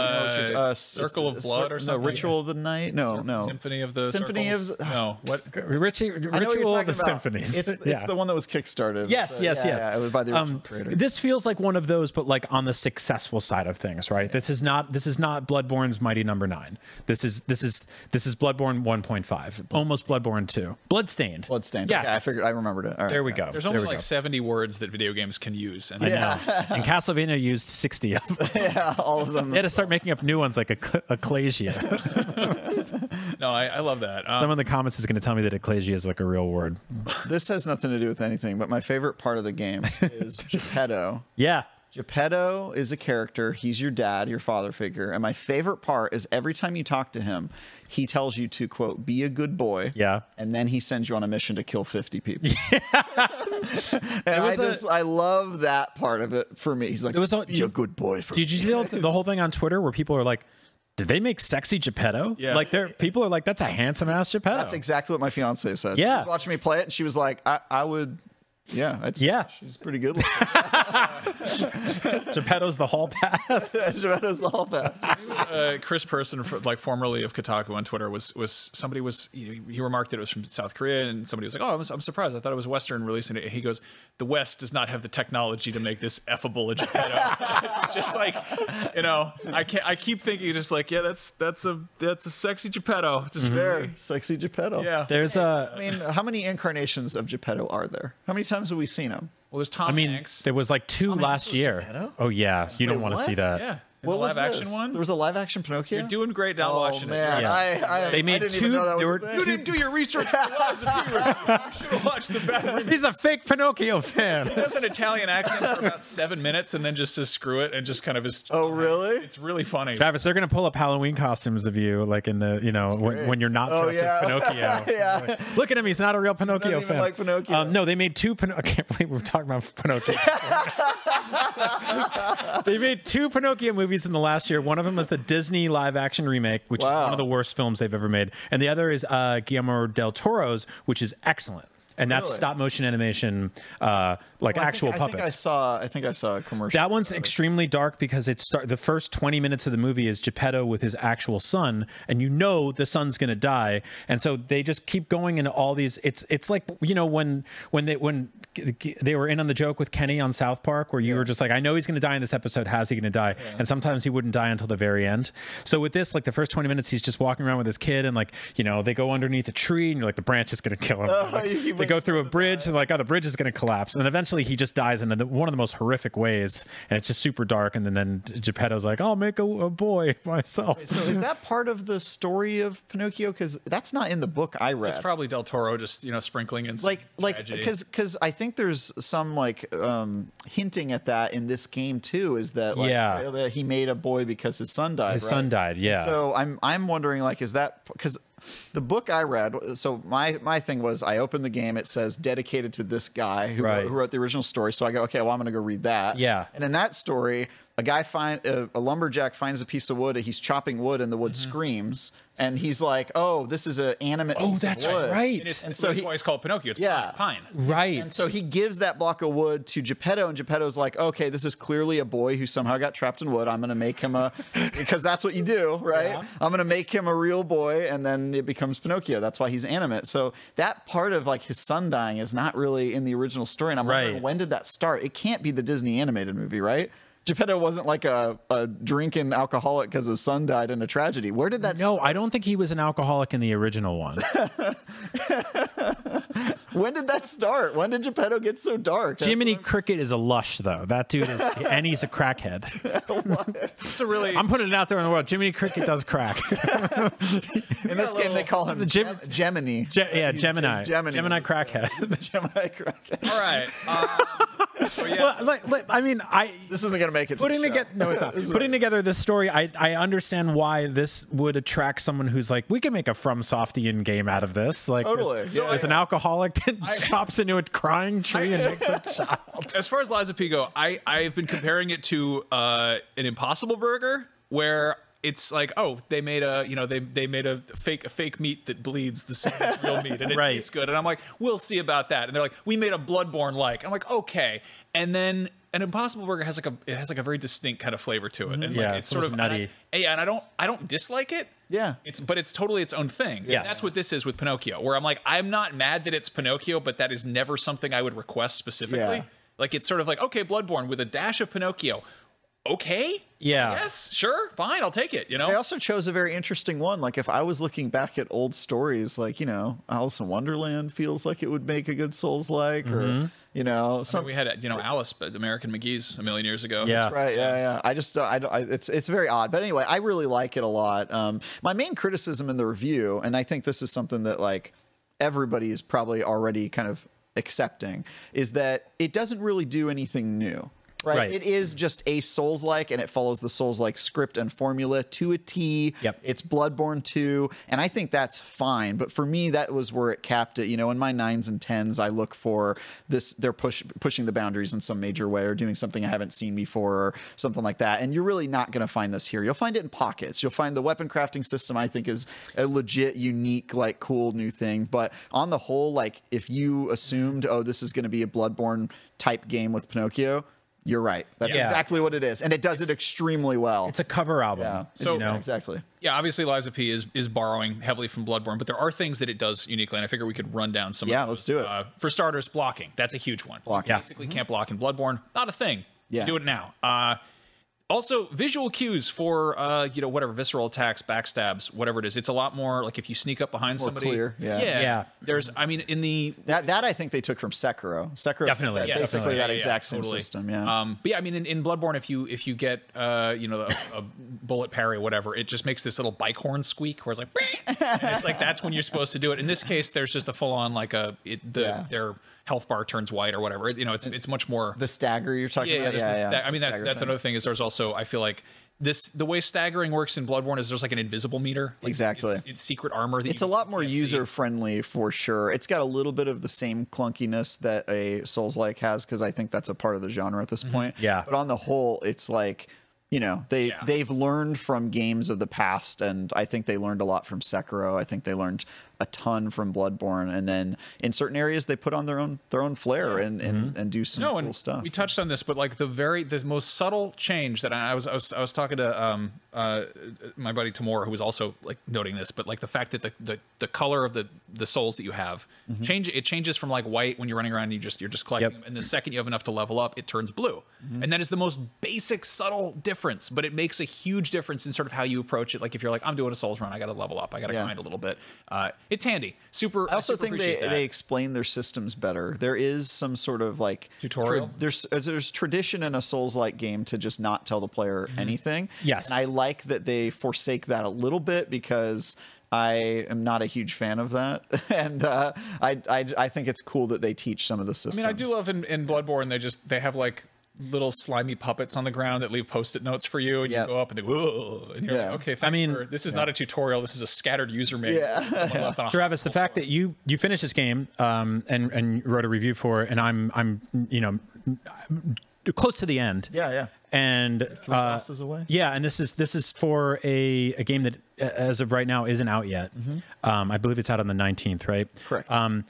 S2: Uh, Circle of Blood or something?
S3: No, Ritual of the Night. No, no.
S2: Symphony of the
S3: Symphony
S2: Circles?
S3: of.
S2: no what
S4: Richie,
S3: I know what you're
S4: Ritual of the
S3: talking about.
S4: Symphonies.
S3: It's, it's
S4: Yeah.
S3: the one that was kickstarted.
S4: Yes,
S3: Uh,
S4: yes,
S3: yeah,
S4: yes.
S3: Yeah, it was by the original
S4: Um,
S3: creator.
S4: This feels like one of those, but like on the successful side of things, right? This is not this is not Bloodborne's Mighty Number Nine. This is this is this is Bloodborne 1.5, almost Bloodborne 2, Bloodstained.
S3: Bloodstained.
S4: Yes,
S3: Okay, I figured. I remembered it. All right,
S4: there we
S3: okay.
S4: go.
S2: there's
S4: there
S2: only
S4: we
S2: like
S4: go.
S2: 70 words that video games can use and
S4: No. and Castlevania used 60 of them.
S3: All of them.
S4: They had to start making up new ones like a, a Ecclesia.
S2: No, I, I love that. Um,
S4: Someone in the comments is going to tell me that ecclesia is like a real word.
S3: This has nothing to do with anything, but my favorite part of the game is Geppetto.
S4: Yeah.
S3: Geppetto is a character. He's your dad, your father figure. And my favorite part is every time you talk to him, he tells you to, quote, be a good boy.
S4: Yeah.
S3: And then he sends you on a mission to kill 50 people. and I
S4: was a-
S3: just, I love that part of it for me. He's like,
S4: There was a-
S3: be a good boy for
S4: Did you see the whole- the whole thing on Twitter where people are like, did they make sexy Geppetto?
S2: Yeah.
S4: Like, there people are like, that's a handsome ass Geppetto.
S3: That's exactly what my fiance said. She
S4: Yeah.
S3: was watching me play it and she was like, I, I would, yeah, that's,
S4: Yeah.
S3: she's pretty good. looking.
S4: Geppetto's the hall pass.
S3: Geppetto's the whole best.
S2: uh, Chris Person, for, like formerly of Kotaku on Twitter, was was somebody was he, he remarked that it was from South Korea, and somebody was like, "Oh, I'm, I'm surprised. I thought it was Western releasing it." And he goes, "The West does not have the technology to make this effable a Geppetto." it's just like, you know, I can not I keep thinking just like, yeah, that's that's a that's a sexy Geppetto. Just
S4: Mm-hmm.
S2: very
S3: Sexy Geppetto.
S2: yeah.
S4: There's a.
S3: I mean, how many incarnations of Geppetto are there? How many times have we seen him?
S2: Well, there's Tom
S4: I mean,
S2: Hanks.
S4: there was like two last
S3: was
S4: year.
S3: Oh, Geppetto?
S4: Oh yeah, you don't
S3: Wait,
S4: want to
S3: what?
S4: see that.
S2: yeah, in
S3: What
S2: the
S3: was
S2: live action
S3: this?
S2: one.
S3: There was a live action Pinocchio.
S2: You're doing great now
S3: oh,
S2: watching
S3: man.
S2: it.
S4: Yeah.
S3: I, I,
S4: They
S3: I
S4: made
S3: didn't
S4: two-
S3: even know that
S4: they
S3: was
S4: were-
S3: a thing.
S2: You didn't do your research for lives of viewers. You should have watched the bad
S4: He's a fake Pinocchio fan.
S2: He does an Italian accent for about seven minutes and then just says screw it and just kind of is.
S3: Oh, really?
S2: It's really funny.
S4: Travis, they're gonna pull up Halloween costumes of you, like in the you know when,
S3: great.
S4: when you're not
S3: Oh,
S4: dressed
S3: yeah.
S4: as Pinocchio.
S3: Yeah.
S4: Look at him; he's not a real Pinocchio
S3: even
S4: fan.
S3: like Pinocchio.
S4: Um, no, they made two. Pin- I can't believe we're talking about Pinocchio. they made two Pinocchio movies in the last year. One of them was the Disney live action remake, which is
S3: Wow.
S4: one of the worst films they've ever made, and the other is uh, Guillermo del Toro's, which is excellent. And that's
S3: Really?
S4: stop motion animation, uh, like
S3: I think-
S4: actual
S3: I
S4: puppets.
S3: think I saw. I think I saw a commercial.
S4: That one's extremely dark because it's start the first 20 minutes of the movie is Geppetto with his actual son and you know the son's going to die and so they just keep going into all these it's it's like you know when when they when g- g- they were in on the joke with Kenny on South Park where you were just like I know he's going to die in this episode how's he going to die and sometimes he wouldn't die until the very end. So with this like the first 20 minutes he's just walking around with his kid and like you know they go underneath a tree and you're like the branch is going to kill him. Like,
S3: you keep
S4: they go through a bridge and like oh the bridge is going to collapse and eventually he just dies in the, one of the most horrific ways and it's just super dark and then, then geppetto's like i'll make a, a boy myself
S3: so is that part of the story of Pinocchio? Because that's not in the book I read.
S2: It's probably Del Toro just you know sprinkling in some
S3: like like
S2: tragedy.
S3: because because I think there's some like um hinting at that in this game too. Is that like,
S4: Yeah.
S3: uh, that he made a boy because his son died.
S4: his
S3: right?
S4: son died yeah
S3: So I'm I'm wondering like is that because the book I read so my my thing was I opened the game it says dedicated to this guy who,
S4: Right.
S3: who wrote the original story so I go okay well I'm gonna go read that
S4: Yeah.
S3: and in that story a guy find a, a lumberjack finds a piece of wood and he's chopping wood and the wood screams and he's like oh this is an animate
S4: Mm-hmm. oh
S3: piece of
S4: that's
S3: wood."
S4: right
S2: and, it's,
S3: and so
S2: that's
S3: he-
S2: why it's called Pinocchio. It's
S3: Yeah.
S2: pine.
S4: right
S3: and so he gives that block of wood to Geppetto, and Geppetto's like, okay, this is clearly a boy who somehow got trapped in wood. I'm going to make him a, because that's what you do, right? I'm going to make him a real boy, and then it becomes Pinocchio. That's why he's animate. So that part of like his son dying is not really in the original story. And I'm
S4: Right.
S3: wondering, when did that start? It can't be the Disney animated movie, right? Geppetto wasn't like a, a drinking alcoholic because his son died in a tragedy. Where did that
S4: no i don't think he was an alcoholic in the original one
S3: When did that start? When did Geppetto get so dark?
S4: jiminy cricket is a lush though that dude is and he's a crackhead
S2: It's a really
S4: i'm putting it out there in the world jiminy cricket does crack
S3: In this game, they call him
S4: Gem-
S3: Gem- Gemini.
S4: Ge- yeah
S3: He's-
S4: gemini
S3: he's Gemini.
S4: gemini crackhead
S3: Gemini correct.
S2: all right. Uh, so yeah,
S4: well, like, like, i mean i
S3: This isn't gonna make it. To
S4: putting
S3: the show.
S4: together no it's not putting together this story I, I understand why this would attract someone who's like we can make a from softian game out of this like there's-
S3: Totally,
S4: there's,
S3: yeah,
S4: an alcoholic that chops into a crying tree and makes a child
S2: as far as Liza P go, I I've been comparing it to uh, an Impossible Burger where. It's like, oh, they made a, you know, they they made a fake a fake meat that bleeds the same as real meat, and it
S4: Right.
S2: tastes good. And I'm like, we'll see about that. And they're like, we made a Bloodborne like. I'm like, okay. And then an Impossible Burger has like a it has like a very distinct kind of flavor to it, and
S4: Mm-hmm. Yeah,
S2: like,
S4: it's
S2: it's sort of
S4: almost nutty.
S2: and I- yeah, and I don't I don't dislike it.
S3: Yeah.
S2: it's but it's totally its own thing.
S4: Yeah.
S2: Yeah, that's what this is with Pinocchio, where I'm like, I'm not mad that it's Pinocchio, but that is never something I would request specifically.
S3: Yeah.
S2: Like it's sort of like okay, Bloodborne with a dash of Pinocchio. okay.
S4: Yeah.
S2: Yes, sure, fine, I'll take it. You know,
S3: They also chose a very interesting one. Like if I was looking back at old stories, like you know, Alice in Wonderland feels like it would make a good Souls like,
S4: Mm-hmm.
S3: or you know, something.
S2: we had you know Alice, but American McGee's a million years ago.
S4: Yeah.
S3: Right. Yeah. Yeah. I just, uh, I don't, I, it's, it's very odd. But anyway, I really like it a lot. Um, my main criticism in the review, and I think this is something that like everybody is probably already kind of accepting, is that it doesn't really do anything new. Right.
S4: Right.
S3: It is just a Souls like, and it follows the Souls like script and formula to a T.
S4: Yep.
S3: It's Bloodborne 2, and I think that's fine. But for me, that was where it capped it. You know, in my nines and tens, I look for this, they're push, pushing the boundaries in some major way or doing something I haven't seen before or something like that. And you're really not going to find this here. You'll find it in pockets. You'll find the weapon crafting system, I think, is a legit, unique, like cool new thing. But on the whole, like if you assumed, oh, this is going to be a Bloodborne type game with Pinocchio, you're right. That's
S4: Yeah.
S3: exactly what it is. And it does it extremely well.
S4: It's a cover album.
S3: yeah.
S4: So, you know,
S3: exactly.
S2: yeah. Obviously, Liza P is is borrowing heavily from Bloodborne, but there are things that it does uniquely, and I figure we could run down some. of
S3: Yeah,
S2: those.
S3: let's do it.
S2: Uh, for starters, blocking. That's a huge one.
S3: Blocking.
S2: You
S3: Yeah.
S2: Basically, can't block in Bloodborne. Not a thing.
S3: Yeah.
S2: You do it now. Uh, also, visual cues for uh, you know whatever visceral attacks, backstabs, whatever it is. It's a lot more like if you sneak up behind somebody.
S3: clear, yeah.
S2: yeah.
S4: Yeah.
S2: There's, I mean, in the
S3: That that I think they took from Sekiro. Sekiro
S4: Definitely,
S3: that-
S4: yeah, definitely.
S3: basically that
S2: Yeah, yeah,
S3: exact same
S2: totally.
S3: system. Yeah,
S2: Um, but yeah, I mean, in, in Bloodborne, if you if you get uh, you know a, a bullet parry, or whatever, it just makes this little bike horn squeak where it's like, and it's like that's when you're supposed to do it. In this case, there's just a full on like a it, the
S3: Yeah.
S2: their health bar turns white or whatever. It- you know, it's it's much more.
S3: the stagger you're talking
S2: yeah, yeah,
S3: about.
S2: there's the sta- I mean, that's
S3: Stagger
S2: that's
S3: thing.
S2: another thing is there's also I feel like this the way staggering works in Bloodborne is there's like an invisible meter. Like,
S3: Exactly.
S2: it's, it's secret armor. That
S3: It's a
S2: you
S3: lot more
S2: can't see.
S3: user friendly for sure. It's got a little bit of the same clunkiness that a Souls like has because I think that's a part of the genre at this
S2: Mm-hmm.
S3: point.
S4: Yeah.
S3: but on the whole, it's like you know they
S2: Yeah.
S3: they've learned from games of the past, and I think they learned a lot from Sekiro. I think they learned a ton from Bloodborne, and then in certain areas they put on their own their own flair and and, and do some
S2: Mm-hmm. no,
S3: cool
S2: and
S3: stuff.
S2: we touched on this, but like the very the most subtle change that I, I was I was I was talking to um uh my buddy Tamora who was also like noting this, but like the fact that the the, the color of the the souls that you have
S3: Mm-hmm.
S2: change it changes from like white when you're running around and you just you're just collecting
S4: Yep.
S2: them, and the second you have enough to level up, it turns blue,
S3: Mm-hmm.
S2: and that is the most basic subtle difference, but it makes a huge difference in sort of how you approach it. Like if you're like I'm doing a souls run, I got to level up, I got to
S3: Yeah.
S2: grind a little bit. Uh, it's handy, super.
S3: I also
S2: super
S3: think they,
S2: appreciate that.
S3: they explain their systems better. There is some sort of like
S2: Tutorial?
S3: there's uh, there's tradition in a Souls like game to just not tell the player
S2: Mm-hmm.
S3: anything.
S4: Yes.
S3: and I like that they forsake that a little bit because. I am not a huge fan of that, and uh, I, I I think it's cool that they teach some of the
S2: I
S3: systems.
S2: mean, I do love in, in Bloodborne. They just they have like little slimy puppets on the ground that leave post-it notes for you, and
S3: Yeah.
S2: you go up and they whoa, and you're
S3: Yeah.
S2: like, okay. Thanks I
S4: mean-
S2: mean, for, this is not a tutorial. This is a scattered user manual.
S3: Yeah.
S2: that someone left on a-
S4: Travis, the fact that you you finished this game um, and and wrote a review for, it, and I'm I'm you know I'm close to the end.
S3: Yeah, yeah.
S4: And three
S3: bosses away?
S4: Yeah, and this is this is for a a game that a- as of right now isn't out yet. Um, I believe it's out on the 19th, right?
S3: Correct.
S4: Um,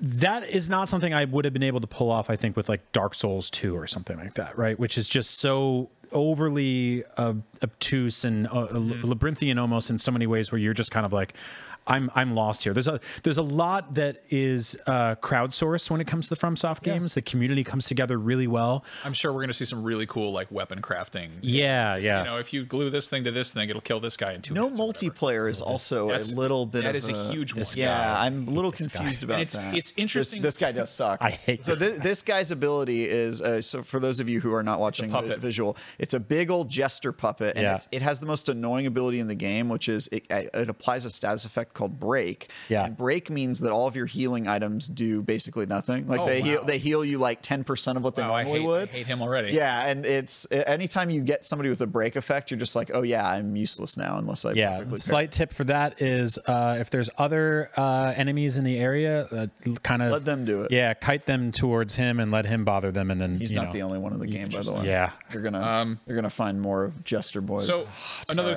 S4: that is not something I would have been able to pull off. I think with like Dark Souls 2 or something like that, right? Which is just so overly uh, obtuse and uh, labyrinthian almost in so many ways, where you're just kind of like, I'm I'm lost here. There's a there's a lot that is uh, crowdsourced when it comes to the FromSoft games. The community comes together really well.
S2: I'm sure we're gonna see some really cool like weapon crafting.
S4: Yeah, yeah.
S2: You know, if you glue this thing to this thing, it'll kill this guy in two.
S3: No
S2: hits or whatever.
S3: multiplayer is also a
S2: That's-
S3: little bit.
S2: that
S3: of
S2: is a huge one.
S3: Yeah, I'm a little confused about
S2: it's-
S3: that.
S2: it's
S3: This-
S2: interesting-
S3: This, guy does suck.
S4: I hate
S3: So
S4: this
S3: this, this guy's ability is uh, so for those of you who are not watching the
S2: puppet.
S3: visual, it's a big old jester puppet, and
S4: Yeah.
S3: it's, it has the most annoying ability in the game, which is it, it applies a status effect called break.
S4: Yeah.
S3: and break means that all of your healing items do basically nothing. Like
S2: Oh,
S3: they heal,
S2: wow.
S3: they heal you like ten percent of what they
S2: Wow, Oh, I
S3: normally
S2: hate,
S3: would.
S2: I hate him already.
S3: Yeah, and it's a- anytime you get somebody with a break effect, you're just like, oh yeah, I'm useless now unless I
S4: Yeah,
S3: perfectly crit.
S4: slight tip for that is uh, if there's other uh, enemies in the area, uh, kind of
S3: Let them do it.
S4: Yeah, kite them towards him and let him bother them, and then
S3: He's
S4: you
S3: not
S4: know.
S3: the only one in the game, by the way.
S4: Yeah.
S3: you're gonna you're gonna find more of Jester boys.
S2: Um, So another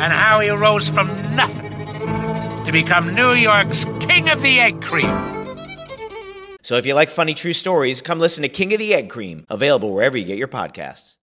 S5: and how he rose from nothing to become New York's King of the Egg Cream.
S6: So if you like funny true stories, come listen to King of the Egg Cream, available wherever you get your podcasts.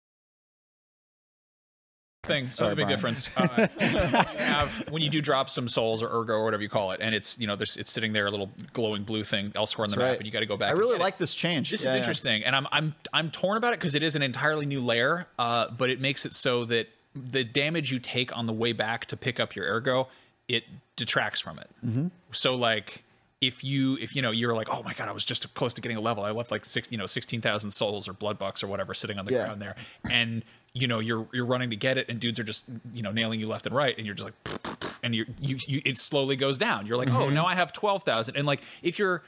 S2: thing. So the big difference. Uh, have, when you do drop some souls or ergo or whatever you call it, and it's you know there's, it's sitting there a little glowing blue thing elsewhere on the
S3: That's
S2: map,
S3: right.
S2: and you got to go back.
S3: I
S2: and
S3: really
S2: get it.
S3: like this change.
S2: This
S3: Yeah,
S2: is
S3: yeah.
S2: interesting, and I'm I'm I'm torn about it because it is an entirely new layer, uh, but it makes it so that the damage you take on the way back to pick up your ergo, it detracts from it.
S3: Mm-hmm.
S2: So like. If you if you know you're like oh my god I was just close to getting a level I left like six you know sixteen thousand souls or blood bucks or whatever sitting on the
S3: Yeah.
S2: ground there and you know you're you're running to get it and dudes are just you know nailing you left and right and you're just like and you you, you it slowly goes down you're like oh now I have twelve thousand and like if you're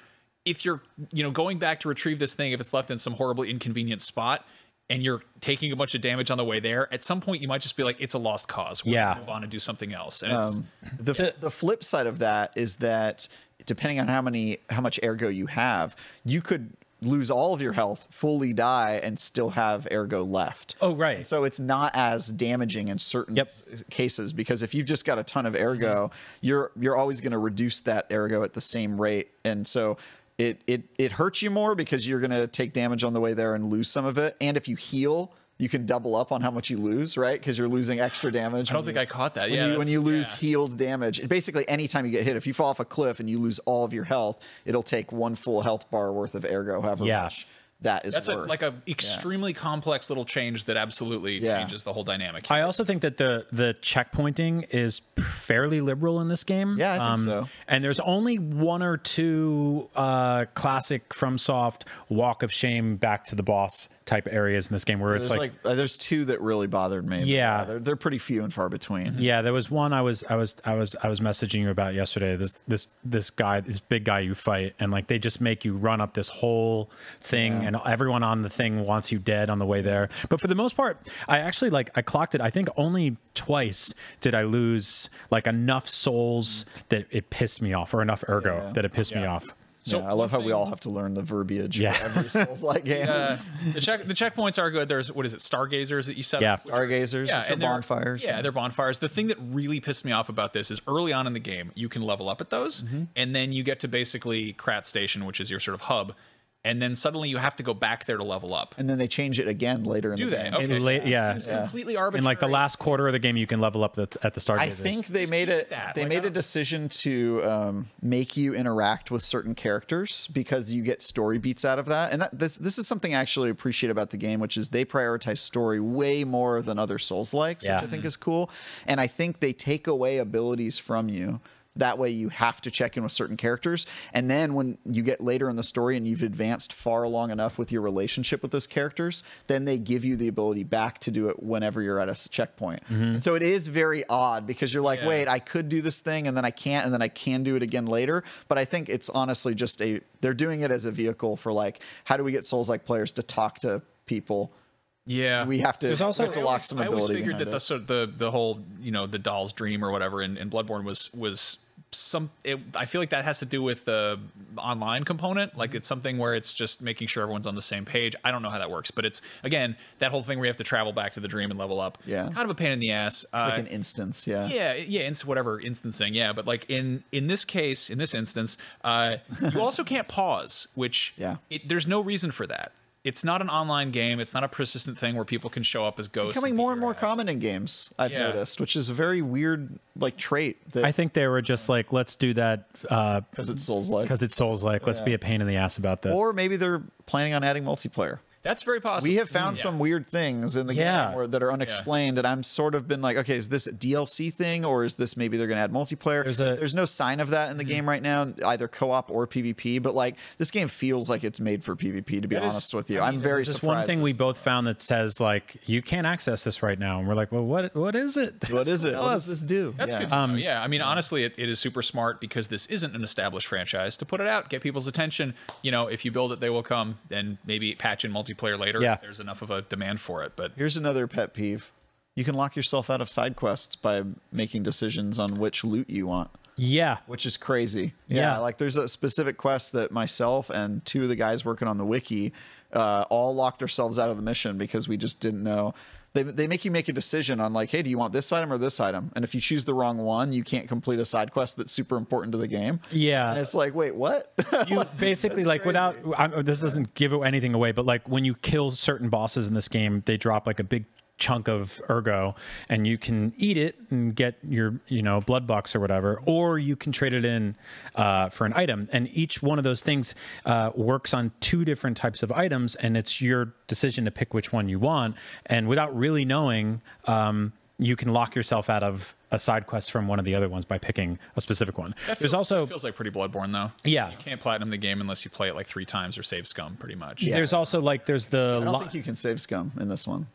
S2: if you're you know going back to retrieve this thing if it's left in some horribly inconvenient spot and you're taking a bunch of damage on the way there at some point you might just be like it's a lost cause We're gonna
S4: Yeah.
S2: move on and do something else and
S3: the, the flip side of that is that depending on how many how much ergo you have you could lose all of your health fully die and still have ergo left
S4: Oh, right.
S3: so it's not as damaging in certain
S4: Yep.
S3: s- cases because if you've just got a ton of ergo you're you're always going to reduce that ergo at the same rate and so it it it hurts you more because you're going to take damage on the way there and lose some of it and if you heal you can double up on how much you lose right because you're losing extra damage
S2: I don't
S3: when
S2: think
S3: you-
S2: I caught that.
S3: when
S2: Yeah,
S3: you, when
S2: that's-
S3: you lose
S2: yeah.
S3: healed damage, it- basically anytime you get hit, if you fall off a cliff and you lose all of your health, it'll take one full health bar worth of ergo, however
S4: Yeah.
S3: much that is
S2: that's a,
S3: worth.
S2: like a extremely complex little change that absolutely
S3: Yeah.
S2: changes the whole dynamic
S4: I also think that the the checkpointing is fairly liberal in this game. Um,
S3: Yeah, I think so.
S4: And there's only one or two uh, classic FromSoft walk of shame back to the boss type areas in this game where it's
S3: there's
S4: like,
S3: like, uh, there's two that really bothered me. but
S4: Yeah. Mm-hmm.
S3: they're, they're pretty few and far between.
S4: yeah, there was one I was I was I was I was messaging you about yesterday. This this this guy, this big guy you fight, and like they just make you run up this whole thing, and everyone on the thing wants you dead on the way there. But for the most part, I actually like I clocked it. I think only twice did I lose like enough souls that it pissed me off, or enough ergo that it pissed me off.
S3: So I love how we all have to learn the verbiage yeah. for every Souls-like game.
S2: Yeah. the check the checkpoints are good. There's what is it, stargazers that you set
S3: Yeah.
S2: up? which are-
S3: Stargazers, which are
S2: and they're-
S3: bonfires.
S2: Yeah, they're bonfires. The thing that really pissed me off about this is early on in the game, you can level up at those, and then you get to basically Krat Station, which is your sort of hub, and then suddenly you have to go back there to level up.
S3: And then they change it again later in
S2: Do
S3: the
S2: they?
S3: game.
S2: Okay.
S4: In la-
S2: Yeah, it
S4: yeah,
S2: seems completely
S4: In like the last quarter of the game, you can level up the, at the Stargazers.
S3: I think they made it. They made a decision to um, make you interact with certain characters because you get story beats out of that. And that, this this is something I actually appreciate about the game, which is they prioritize story way more than other Souls likes,
S4: Yeah.
S3: which I think is cool. And I think they take away abilities from you. That way, you have to check in with certain characters. And then, when you get later in the story and you've advanced far along enough with your relationship with those characters, then they give you the ability back to do it whenever you're at a s- checkpoint. And so, it is very odd because you're like,
S2: Yeah.
S3: wait, I could do this thing and then I can't, and then I can do it again later. But I think it's honestly just a, they're doing it as a vehicle for like, how do we get Souls like players to talk to people?
S2: Yeah,
S3: We have to- There's also- we have to
S2: I
S3: lock
S2: always-
S3: some
S2: I always
S3: ability
S2: figured that
S3: behind
S2: the
S3: it.
S2: sort of the the whole you know the doll's dream or whatever in, in Bloodborne was was some. It, I feel like that has to do with the online component. Like it's something where it's just making sure everyone's on the same page. I don't know how that works, but it's again that whole thing where you have to travel back to the dream and level up.
S3: Yeah.
S2: kind of a pain in the ass. Uh,
S3: It's like an instance. Yeah.
S2: Yeah, yeah, inst- whatever instancing. Yeah, but like in in this case, in this instance, uh, you also can't pause, which
S3: Yeah.
S2: it, there's no reason for that. It's not an online game. It's not a persistent thing where people can show up as ghosts.
S3: Becoming more and more common in games, I've
S2: Yeah.
S3: noticed, which is a very weird like trait. That
S4: I think they were just like, let's do that because
S3: it's Souls like.
S4: Because it's Souls like. Let's
S3: Yeah.
S4: be a pain in the ass about this.
S3: Or maybe they're planning on adding multiplayer.
S2: That's very possible.
S3: We have found
S2: Yeah.
S3: some weird things in the
S4: Mm, Yeah.
S3: game or, that are unexplained, and I'm sort of been like, okay, is this a DLC thing or is this maybe they're going to add multiplayer? There's, no sign of that in the
S4: Mm-hmm.
S3: game right now, either co-op or PvP. But like this game feels like it's made for PvP. To be
S4: That is-
S3: honest with you,
S4: I
S3: I am
S4: mean,
S3: very
S4: there's this
S3: surprised.
S4: one thing we both found that says like you can't access this right now, and we're like, well, what what is it?
S3: What is it?
S4: Tell
S3: What
S4: us.
S3: does this do?
S2: That's
S4: Yeah.
S2: good. To
S4: Um,
S2: know. Yeah, I mean, honestly, it, it is super smart because this isn't an established franchise. To put it out, get people's attention. You know, if you build it, they will come, and maybe patch in multiplayer later.
S3: Yeah.
S2: if there's enough of a demand for it. But
S3: Here's another pet peeve: you can lock yourself out of side quests by making decisions on which loot you want.
S4: Yeah.
S3: Which is crazy. Yeah,
S4: Yeah.
S3: like there's a specific quest that myself and two of the guys working on the wiki uh, all locked ourselves out of the mission because we just didn't know. They, they make you make a decision on like, hey, do you want this item or this item? And if you choose the wrong one, you can't complete a side quest that's super important to the game.
S4: Yeah.
S3: And it's like, wait, what?
S4: you basically like without I'm, this doesn't give anything away but like when you kill certain bosses in this game they drop like a big chunk of ergo and you can eat it and get your you know blood box or whatever or you can trade it in uh, for an item and each one of those things uh, works on two different types of items and it's your decision to pick which one you want and without really knowing um, you can lock yourself out of a side quest from one of the other ones by picking a specific one
S2: that
S4: there's
S2: feels,
S4: also
S2: that feels like pretty Bloodborne though.
S4: Yeah.
S2: you can't platinum the game unless you play it like three times or save scum, pretty much.
S4: There's also like there's the
S3: I don't
S4: lo-
S3: think you can save scum in this one.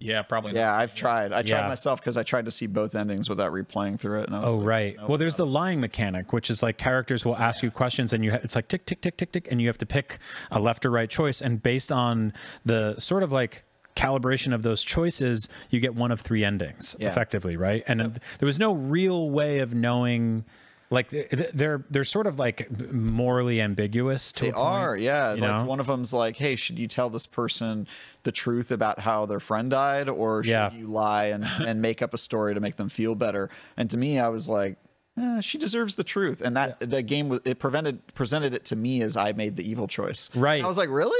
S2: yeah, probably.
S3: Yeah, I've tried. I tried
S4: Yeah.
S3: myself because I tried to see both endings without replaying through it. And I was
S4: oh
S3: like,
S4: right. Well, there's the lying mechanic, which is like characters will ask you questions, and you ha- it's like tick tick tick tick tick, and you have to pick a left or right choice, and based on the sort of like calibration of those choices, you get one of three endings
S7: Yeah.
S4: effectively, right? And there was no real way of knowing. Like th- th- they're they're sort of like morally ambiguous. To
S3: They
S4: a point,
S3: are, yeah.
S4: you
S3: like
S4: know?
S3: one of them's like, "Hey, should you tell this person the truth about how their friend died, or should
S4: Yeah.
S3: you lie and, and make up a story to make them feel better?" And to me, I was like, eh, "She deserves the truth," and that the game was- it prevented presented it to me as I made the evil choice.
S4: Right.
S3: I was like, "Really?"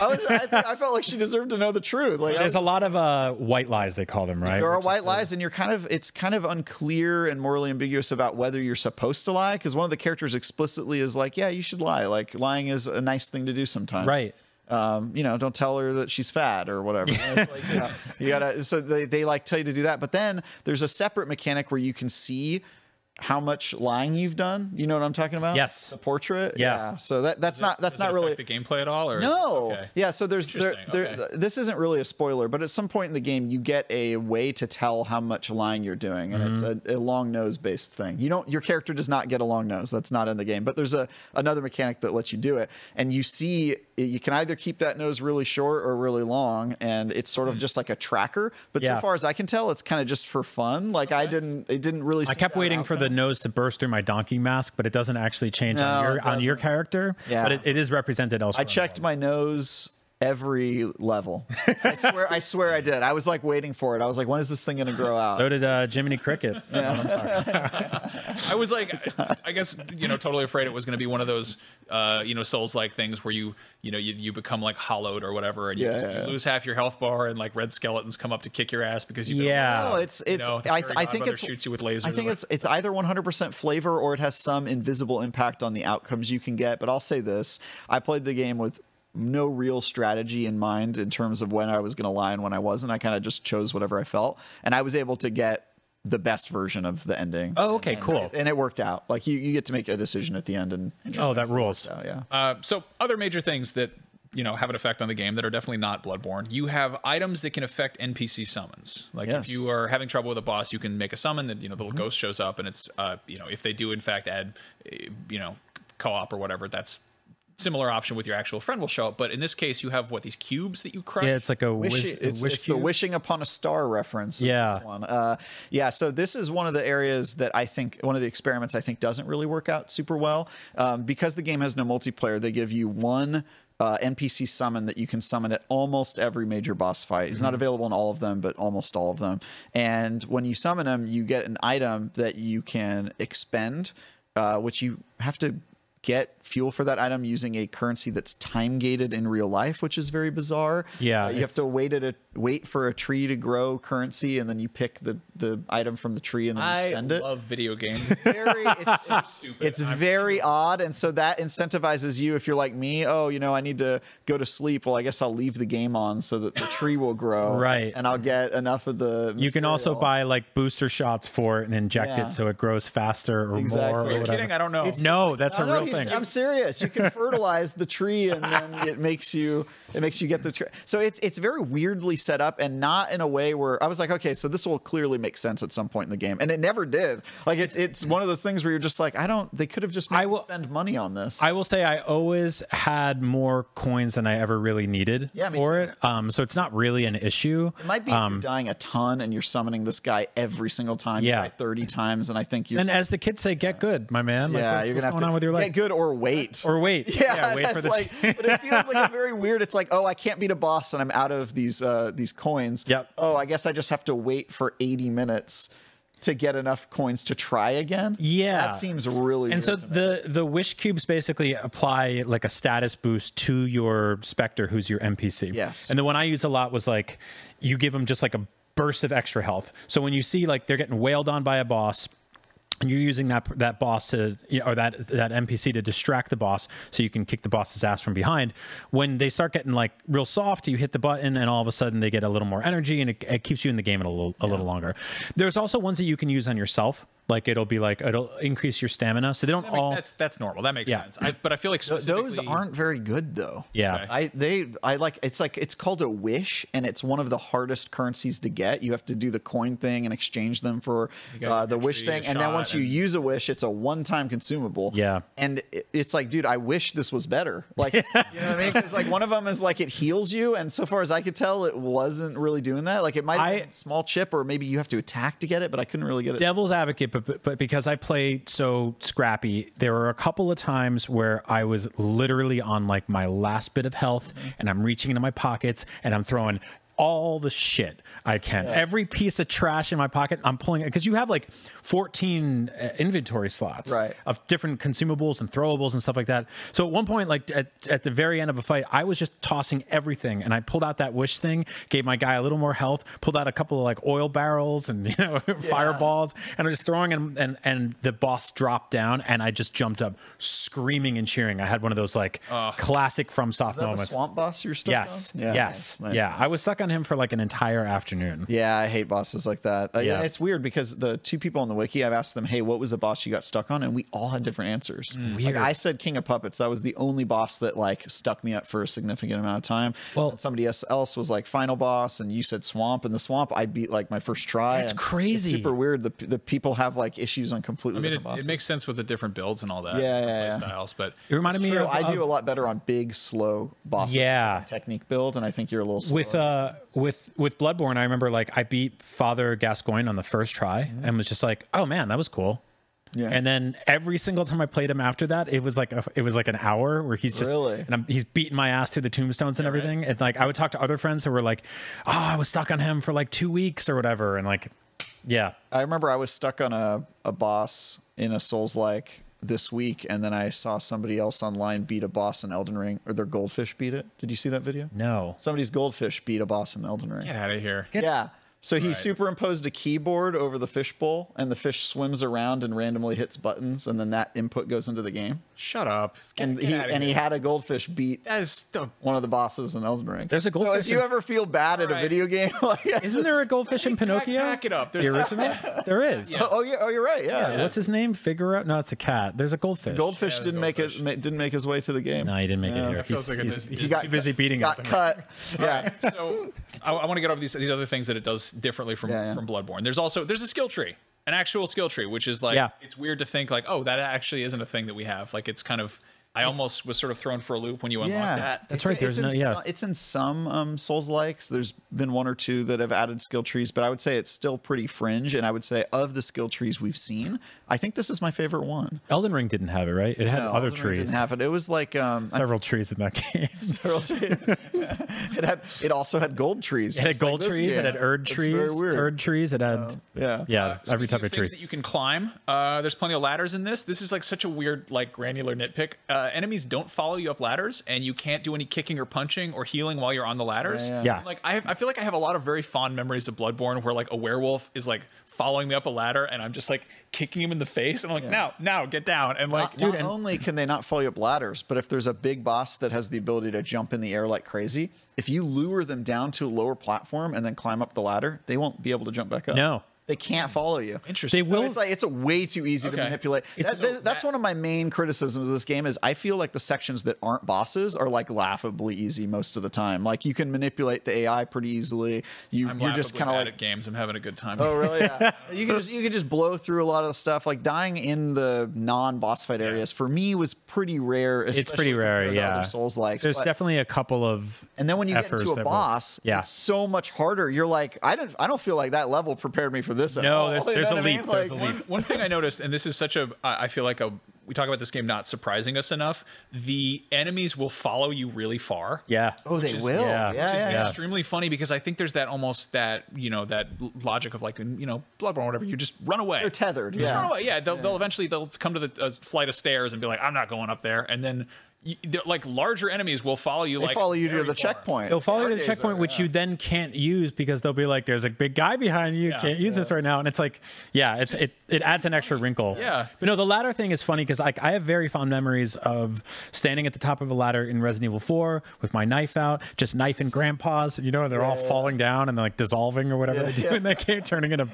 S3: I, was, I, I felt like she deserved to know the truth. Like, I was
S4: There's a lot of uh, white lies they call them, right?
S3: there are
S4: Which is
S3: white lies, and you're kind of it's kind of unclear and morally ambiguous about whether you're supposed to lie because one of the characters explicitly is like, yeah, you should lie. Like lying is a nice thing to do sometimes.
S4: Right.
S3: Um, you know, don't tell her that she's fat or whatever. It's like, yeah, you gotta. So they they like tell you to do that, but then there's a separate mechanic where you can see how much lying you've done. You know what I'm talking about?
S4: Yes.
S3: The portrait.
S4: Yeah.
S3: So that that's not that's
S2: Does
S3: not
S2: it
S3: really
S2: affect the gameplay at all, or
S3: no.
S2: Okay.
S3: Yeah, so there's there,
S2: Interesting,
S3: there,
S2: okay.
S3: this isn't really a spoiler, but at some point in the game you get a way to tell how much lying you're doing and
S4: Mm-hmm.
S3: it's a, a long nose based thing. You don't your character does not get a long nose. That's not in the game, but there's a another mechanic that lets you do it and you see it- you can either keep that nose really short or really long, and it's sort of just like a tracker. But
S4: Mm. Yeah.
S3: so far as I can tell, it's kind of just for fun. Like I didn't, it didn't really.
S4: I
S3: seem
S4: kept
S3: that
S4: waiting
S3: out
S4: for the nose to burst through my donkey mask, but it doesn't actually change on,
S3: No,
S4: your,
S3: it
S4: on your character.
S3: Yeah.
S4: But it, it is represented elsewhere.
S3: I checked my nose every level. I swear, I swear I did. I was like waiting for it. I was like, when is this thing going to grow out?
S4: So did uh, Jiminy Cricket. Oh,
S2: I was like, I- I guess you know, totally afraid it was going to be one of those, uh, you know, souls like things where you, you know, you, you become like hollowed or whatever, and you,
S3: Yeah,
S2: just,
S3: yeah,
S2: you
S3: yeah.
S2: lose half your health bar, and like red skeletons come up to kick your ass because you've been
S4: Yeah.
S2: around.
S3: Well, Oh, it's
S2: You
S3: it's.
S2: know, the
S3: I,
S2: fairy
S3: I think
S2: godmother
S3: it's
S2: shoots you with lasers.
S3: I think
S2: like-
S3: it's it's either 100% flavor or it has some invisible impact on the outcomes you can get. But I'll say this: I played the game with no real strategy in mind in terms of when I was going to lie and when I wasn't. I kind of just chose whatever I felt, and I was able to get the best version of the ending.
S4: Oh, okay, cool.
S3: And it worked out. Like you, you get to make a decision at the end, and
S4: Oh, that rules.
S3: so yeah.
S2: Uh, so other major things that you know have an effect on the game that are definitely not Bloodborne. You have items that can affect NPC summons. Like if
S3: Yes. Mm-hmm.
S2: you are having trouble with a boss, you can make a summon that you know the little ghost shows up, and it's uh, you know if they do in fact add uh, you know co-op or whatever, that's similar option with your actual friend will show up. But in this case, you have what these cubes that you crush.
S4: Yeah, it's like a
S3: Wish-
S4: wish.
S3: it's,
S4: wish
S3: it's the
S4: cube.
S3: wishing upon a star reference. in
S4: Yeah.
S3: this one. Uh, yeah. So this is one of the areas that I think one of the experiments I think doesn't really work out super well um, because the game has no multiplayer. They give you one. Uh, NPC summon that you can summon at almost every major boss fight.
S4: Mm-hmm.
S3: It's not available in all of them, but almost all of them. And when you summon them, you get an item that you can expend, uh, which you have to get fuel for that item using a currency that's time gated in real life, which is very bizarre.
S4: Yeah,
S3: Uh, you have
S4: it's-
S3: to wait at a wait for a tree to grow currency, and then you pick the the item from the tree and then you
S2: I
S3: spend it.
S2: love video games.
S3: Very, it's, it's,
S2: Stupid.
S3: it's very odd, and so that incentivizes you if you're like me. Oh, you know, I need to go to sleep. Well, I guess I'll leave the game on so that the tree will grow,
S4: Right.
S3: And I'll get enough of the.
S4: You can also
S3: material.
S4: buy like booster shots for it and inject
S3: Yeah.
S4: it so it grows faster or
S3: Exactly.
S4: more. Or
S3: Are you
S4: whatever.
S2: kidding? I don't know. It's-
S4: no, that's a
S3: No, no,
S4: real
S3: he's-
S4: thing.
S3: I'm serious. You can fertilize the tree, and then it makes you it makes you get the tree. So it's it's very weirdly set up, and not in a way where I was like, okay, so this will clearly make sense at some point in the game, and it never did. Like it's it's one of those things where you're just like, I don't. They could have just made
S4: I
S3: me
S4: will-
S3: spend money on this.
S4: I will say I always had more coins than I ever really needed
S3: Yeah, me
S4: for
S3: too.
S4: it. Um, so it's not really an issue.
S3: it might be if
S4: um,
S3: you're dying a ton, and you're summoning this guy every single time.
S4: Yeah.
S3: you die thirty times, and I think you're.
S4: And as the kids say, get good, my man. Like,
S3: yeah,
S4: what's,
S3: you're
S4: what's
S3: gonna have
S4: going
S3: to
S4: on with your
S3: get
S4: life?
S3: good or wait.
S4: Or wait.
S3: Yeah,
S4: wait
S3: that's
S4: for the.
S3: like, but it feels like a very weird. It's like, oh, I can't beat a boss, and I'm out of these uh, these coins.
S4: Yep.
S3: Oh, I guess I just have to wait for 80 minutes to get enough coins to try again.
S4: Yeah.
S3: that seems really.
S4: And so
S3: weird to me.
S4: the the wish cubes basically apply like a status boost to your specter, who's your NPC.
S3: Yes.
S4: And the one I use a lot was like you give them just like a burst of extra health. So when you see like they're getting wailed on by a boss. And you're using that that boss to or that that NPC to distract the boss, so you can kick the boss's ass from behind. When they start getting like real soft, you hit the button, and all of a sudden they get a little more energy, and it, it keeps you in the game a little a little longer. There's also ones that you can use on yourself, like it'll be like it'll increase your stamina, so they don't
S2: I mean,
S4: all
S2: that's that's normal. That makes
S4: Yeah.
S2: sense. I, but I feel like
S3: Th- those
S2: specifically-
S3: aren't very good though.
S4: Yeah. Okay.
S3: I they I like it's like it's called a wish, and it's one of the hardest currencies to get. You have to do the coin thing and exchange them for
S2: gotta
S3: uh, the wish
S2: actually
S3: thing,
S2: get
S3: and then
S2: shot
S3: once you
S2: and-
S3: use a wish, it's a one-time consumable.
S4: Yeah.
S3: and it- it's like, dude, I wish this was better. Like, you know what I mean? Because like one of them is like it heals you, and so far as I could tell, it wasn't really doing that. Like it might have
S4: I-
S3: been a small chip, or maybe you have to attack to get it, but I couldn't really get it.
S4: devil's advocate, but, but but because I play so scrappy, there were a couple of times where I was literally on like my last bit of health, and I'm reaching into my pockets and I'm throwing all the shit I can, every piece of trash in my pocket, I'm pulling it because you have like 14 uh, inventory slots
S3: Right.
S4: of different consumables and throwables and stuff like that. So at one point, like at, at the very end of a fight, I was just tossing everything, and I pulled out that wish thing, gave my guy a little more health, pulled out a couple of like oil barrels and you know fireballs, and I'm just throwing them, and and the boss dropped down, and I just jumped up, screaming and cheering. I had one of those like classic from soft
S3: Is that the
S4: moments.
S3: swamp boss you're stuck
S4: Yes.
S3: on?
S4: yes.
S3: nice, nice,
S4: yeah.
S3: nice.
S4: I was stuck on on him for like an entire afternoon.
S3: Yeah, I hate bosses like that. Uh, yeah.
S4: Yeah.
S3: it's weird because the two people on the wiki, I've asked them, "Hey, what was the boss you got stuck on?" and we all had different answers. Like
S4: Mm. Weird.
S3: I said, King of Puppets. That was the only boss that like stuck me up for a significant amount of time. Well, somebody else else was like final boss, and you said Swamp, and the Swamp I beat like my first try.
S4: That's
S3: and
S4: crazy.
S3: It's super weird. The the people have like issues on completely
S2: I mean,
S3: different
S2: it,
S3: bosses.
S2: it makes sense with the different builds and all that.
S3: Yeah,
S2: different
S3: yeah,
S2: play
S3: yeah.
S2: styles, but
S4: It reminded
S3: It's
S4: me
S3: true.
S4: of-
S3: I
S4: of-
S3: do a lot better on big slow bosses.
S4: Yeah.
S3: as a technique build, and I think you're a little slower.
S4: with uh with with Bloodborne, I remember like I beat Father Gascoigne on the first try and was just like, oh man, that was cool.
S3: Mm-hmm. Yeah.
S4: And then every single time I played him after that, it was like a, it was like an hour where he's just
S3: Really?
S4: and I'm, he's beating my ass through the tombstones and everything. And like I would talk to other friends who were like, oh, I was stuck on him for like two weeks or whatever, and like, yeah,
S3: I remember I was stuck on a, a boss in a Souls like this week, and then I saw somebody else online beat a boss in Elden Ring, or their goldfish beat it. Did you see that video?
S4: no,
S3: Somebody's goldfish beat a boss in Elden Ring.
S2: get out of here.
S3: yeah. So he
S2: Right.
S3: superimposed a keyboard over the fishbowl, and the fish swims around and randomly hits buttons, and then that input goes into the game.
S2: Shut up. Get,
S3: And
S2: get
S3: he
S2: out of
S3: and he
S2: here.
S3: had a goldfish beat
S2: that is the
S3: one of the bosses in Elden Ring.
S4: There's a
S3: So
S4: goldfish
S3: if you
S4: in-
S3: ever feel bad at a
S2: Alright.
S3: video game, like,
S4: isn't there a goldfish in Pinocchio?
S2: Pack it up. There's
S4: The original? there is.
S3: oh yeah, oh you're right, yeah.
S4: What's his name? Figaro? No, it's a cat. There's a goldfish.
S3: Goldfish
S2: Yeah, it was
S3: didn't
S2: goldfish.
S3: make it ma- didn't make his way to the game.
S4: No, he didn't make it here.
S2: feels
S4: He's,
S2: like a
S4: he's,
S2: Disney-
S4: he's
S2: He
S3: got
S4: too busy beating
S3: got
S4: us.
S3: cut. Yeah.
S2: so I, I want to get over these these other things that it does differently from
S3: yeah.
S2: from Bloodborne. There's also there's a skill tree, an actual skill tree, which is like
S4: Yeah.
S2: it's weird to think like oh that actually isn't a thing that we have. Like it's kind of I almost was sort of thrown for a loop when you unlocked that.
S4: That's right,
S3: It's-
S4: there's
S3: it's
S4: no-
S3: in
S4: yeah.
S3: so- it's in some um, Souls likes. There's been one or two that have added skill trees, but I would say it's still pretty fringe. And I would say of the skill trees we've seen, I think this is my favorite one.
S4: Elden Ring didn't have it, right? It had
S3: No,
S4: other
S3: Oh, Elden Ring
S4: trees.
S3: didn't have it. It was like um, I-
S4: Several trees in that game.
S3: several trees. it had. It also had gold trees.
S4: it had
S3: just like
S4: gold
S3: this
S4: trees. It
S3: game.
S4: had erd
S3: It's
S4: trees.
S3: very weird. Uh,
S4: Erd trees. It had
S3: Oh, yeah.
S4: yeah,
S2: Speaking
S4: every type of tree.
S2: things that you can climb. Uh, there's plenty of ladders in this. This is like such a weird, like granular nitpick. Uh, enemies don't follow you up ladders, and you can't do any kicking or punching or healing while you're on the ladders.
S4: yeah. Yeah.
S2: Like I, have, I feel like I have a lot of very fond memories of Bloodborne, where like a werewolf is like following me up a ladder, and I'm just like kicking him in the face, and I'm like, now, now, get down, and like,
S3: Not only can they not follow you up ladders, but if there's a big boss that has the ability to jump in the air like crazy, if you lure them down to a lower platform and then climb up the ladder, they won't be able to jump back up.
S4: No.
S3: They can't follow you.
S2: Interesting.
S4: They
S3: So
S4: will-
S3: it's like it's a way too easy to
S2: Okay.
S3: manipulate. That-
S2: so
S3: that- that's
S2: that-
S3: one of my main criticisms of this game is I feel like the sections that aren't bosses are like laughably easy most of the time. Like you can manipulate the AI pretty easily. You
S2: I'm
S3: you're just
S2: kind
S3: kind of like
S2: at games. I'm having a good time.
S3: Oh really? Yeah. you can just you can just blow through a lot of the stuff. Like dying in the non boss fight areas for me was pretty rare.
S4: It's pretty
S3: especially
S4: rare.
S3: compared to
S4: Yeah.
S3: Other Souls like
S4: There's definitely a couple of.
S3: And then when you get
S4: efforts
S3: into
S4: that
S3: a
S4: were-
S3: boss,
S4: yeah.
S3: it's so much harder. You're like, I don't I don't feel like that level prepared me for this. at
S4: No,
S2: Oh,
S3: all.
S4: there's-
S3: You
S4: there's
S3: know
S4: a
S3: what I mean?
S4: leap, there's
S3: Like,
S4: a leap.
S2: One thing I noticed, and this is such a, I I feel like a, we talk about this game not surprising us enough. The enemies will follow you really far.
S4: yeah.
S3: Oh, they
S2: is-
S3: will.
S4: yeah,
S3: Yeah,
S4: which
S3: yeah,
S2: Which is
S3: yeah.
S2: extremely funny because I think there's that almost that you know that l- logic of like you know Bloodborne or whatever you just run away
S3: They're tethered.
S2: just run
S3: Yeah.
S2: away yeah they'll, they'll eventually they'll come to the uh, flight of stairs and be like I'm not going up there and then y they're, like larger enemies will follow you
S3: They
S2: like
S3: follow you to
S2: very
S3: the
S2: far.
S3: checkpoint.
S4: They'll follow you to the
S3: Stargazer,
S4: checkpoint, which
S3: yeah.
S4: you then can't use because they'll be like, "There's a big guy behind you.
S2: Yeah.
S4: can't use this right now." And it's like, yeah, it's it, it adds an extra wrinkle.
S2: Yeah.
S4: But no, the ladder thing is funny because like I have very fond memories of standing at the top of a ladder in Resident Evil 4 with my knife out, just knife and grandpas. You know, they're all falling down and like dissolving or whatever they do in that game, turning into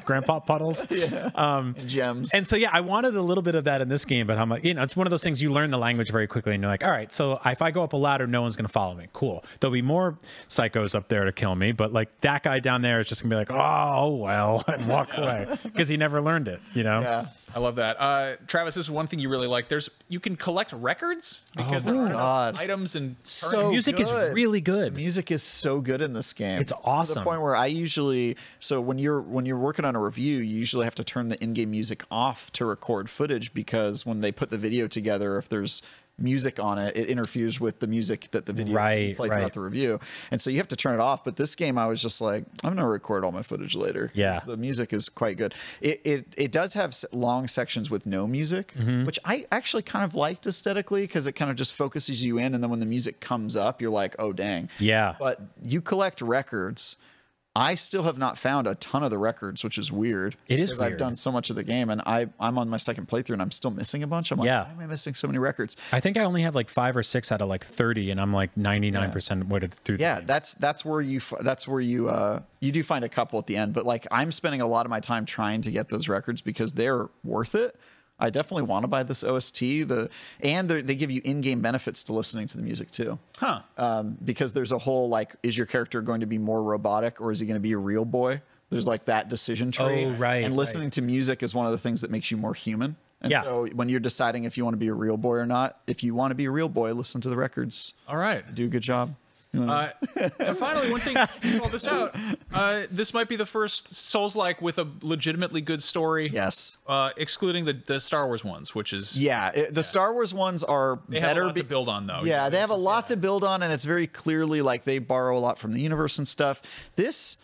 S4: grandpa puddles. Um,
S3: gems.
S4: And so, yeah, I wanted a little bit of that in this game, but I'm like, you know, it's one of those things you learn the language very quickly, and you're like, all right, so if I go up a ladder, no one's going to follow me. Cool. There'll be more psychos up there to kill me, but like that guy down there is just going to be like, oh, well, and walk away because he never learned it, you know?
S3: yeah.
S2: I love that. Uh, Travis, this is one thing you really like. There's you can collect records because there are
S3: Oh God.
S2: items and
S3: So
S4: music
S3: good.
S4: is really good.
S3: Music is so good in this game.
S4: It's
S3: To
S4: awesome.
S3: the point where I usually so when you're when you're working on a review, you usually have to turn the in-game music off to record footage because when they put the video together, if there's music on it, it interferes with the music that the video
S4: Right,
S3: plays
S4: right.
S3: throughout the review. And so you have to turn it off. But this game I was just like, I'm gonna record all my footage later. 'cause
S4: Yeah.
S3: The music is quite good. It it, it does have s- long sections with no music,
S4: Mm-hmm.
S3: which I actually kind of liked aesthetically because it kind of just focuses you in, and then when the music comes up, you're like, oh dang.
S4: Yeah.
S3: But you collect records. I still have not found a ton of the records, which is weird.
S4: It is
S3: because I've
S4: weird.
S3: done so much of the game, and I I'm on my second playthrough, and I'm still missing a bunch. I'm like,
S4: Yeah.
S3: why am I missing so many records?
S4: I think I only have like five or six out of like thirty, and I'm like ninety nine percent weighted through.
S3: yeah that's that's where you f- that's where you uh you do find a couple at the end but like i'm spending a lot of my time trying to get those records because they're worth it i definitely want to buy this ost the and they're- they give you in-game benefits to listening to the music too
S2: Huh.
S3: um, because there's a whole like is your character going to be more robotic or is he going to be a real boy there's like that decision tree
S4: Oh, right,
S3: and listening
S4: right.
S3: to music is one of the things that makes you more human and
S4: Yeah.
S3: so when you're deciding if you want to be a real boy or not if you want to be a real boy listen to the records
S2: All right.
S3: do a good job You know what I mean?
S2: Uh, and finally, one thing to call this out: uh, this might be the first Souls-like with a legitimately good story.
S3: Yes,
S2: uh, excluding the, the Star Wars ones, which is
S3: Yeah, it- the Star Wars ones are
S2: they have
S3: better.
S2: a lot
S3: be-
S2: to build on, though.
S3: yeah, they have a lot to build on, and it's very clearly like they borrow a lot from the universe and stuff. This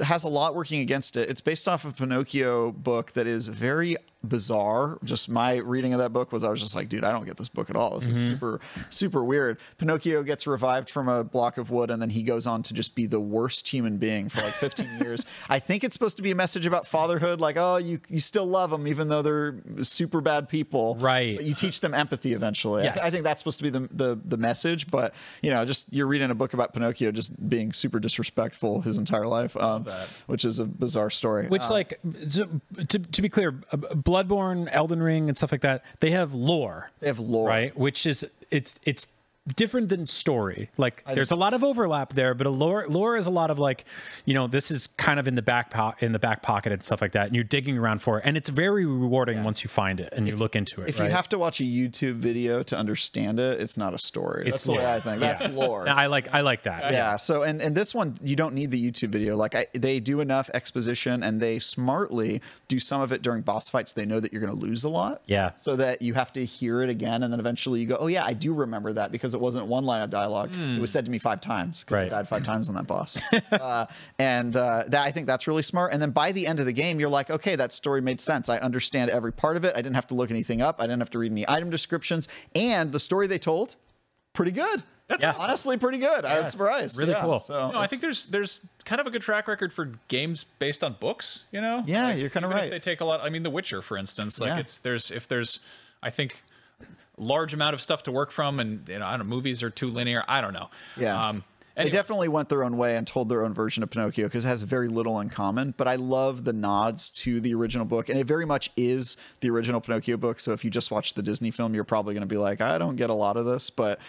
S3: has a lot working against it. It's based off of Pinocchio book that is very bizarre. Just my reading of that book was I was just like, dude, I don't get this book at all. This is
S4: Mhm.
S3: super super weird. Pinocchio gets revived from a block of wood and then he goes on to just be the worst human being for like 15 years. I think it's supposed to be a message about fatherhood like, oh, you you still love them even though they're super bad people. Right. But you teach them empathy eventually. I th-
S4: Yes.
S3: I think that's supposed to be the, the the message, but you know, just you're reading a book about Pinocchio just being super disrespectful his entire life, um, which is a bizarre story.
S4: Which,
S3: Um,
S4: like, so, to, to be clear, uh, Bloodborne, Elden Ring, and stuff like that, they have lore.
S3: They have lore,
S4: right? Which is it's it's different than story. Like,
S3: I
S4: there's a
S3: think
S4: lot of overlap there, but a lore lore is a lot of like, you know, this is kind of in the back po- in the back pocket and stuff like that, and you're digging around for it, and it's very rewarding once you find it and you look into it.
S3: if
S4: right?
S3: you have to watch a YouTube video to understand it, it's not a story. That's the way I think. That's lore.
S4: I like I like that.
S3: yeah so and and this one you don't need the youtube video like I, they do enough exposition and they smartly do some of it during boss fights they know that you're going to lose a lot
S4: Yeah.
S3: so that you have to hear it again and then eventually you go oh yeah i do remember that because it wasn't one line of dialogue
S4: Hmm.
S3: it was said to me five times because i died five times on that boss uh, and uh, that i think that's really smart and then by the end of the game you're like okay that story made sense i understand every part of it i didn't have to look anything up i didn't have to read any item descriptions and the story they told pretty good that's honestly pretty good. I was surprised.
S2: Really
S3: Yeah,
S2: cool.
S3: So
S2: no, I think there's there's kind of a good track record for games based on books. You know,
S3: Yeah, you're kinda
S2: even if
S3: right.
S2: they take a lot. I mean, The Witcher, for instance, like
S3: Yeah.
S2: it's there's if there's I think large amount of stuff to work from, and you know, I don't know, movies are too linear. I don't know.
S3: yeah.
S2: Um,
S3: They definitely went their own way and told their own version of Pinocchio because it has very little in common. But I love the nods to the original book, and it very much is the original Pinocchio book. So if you just watch the Disney film, you're probably going to be like, I don't get a lot of this. But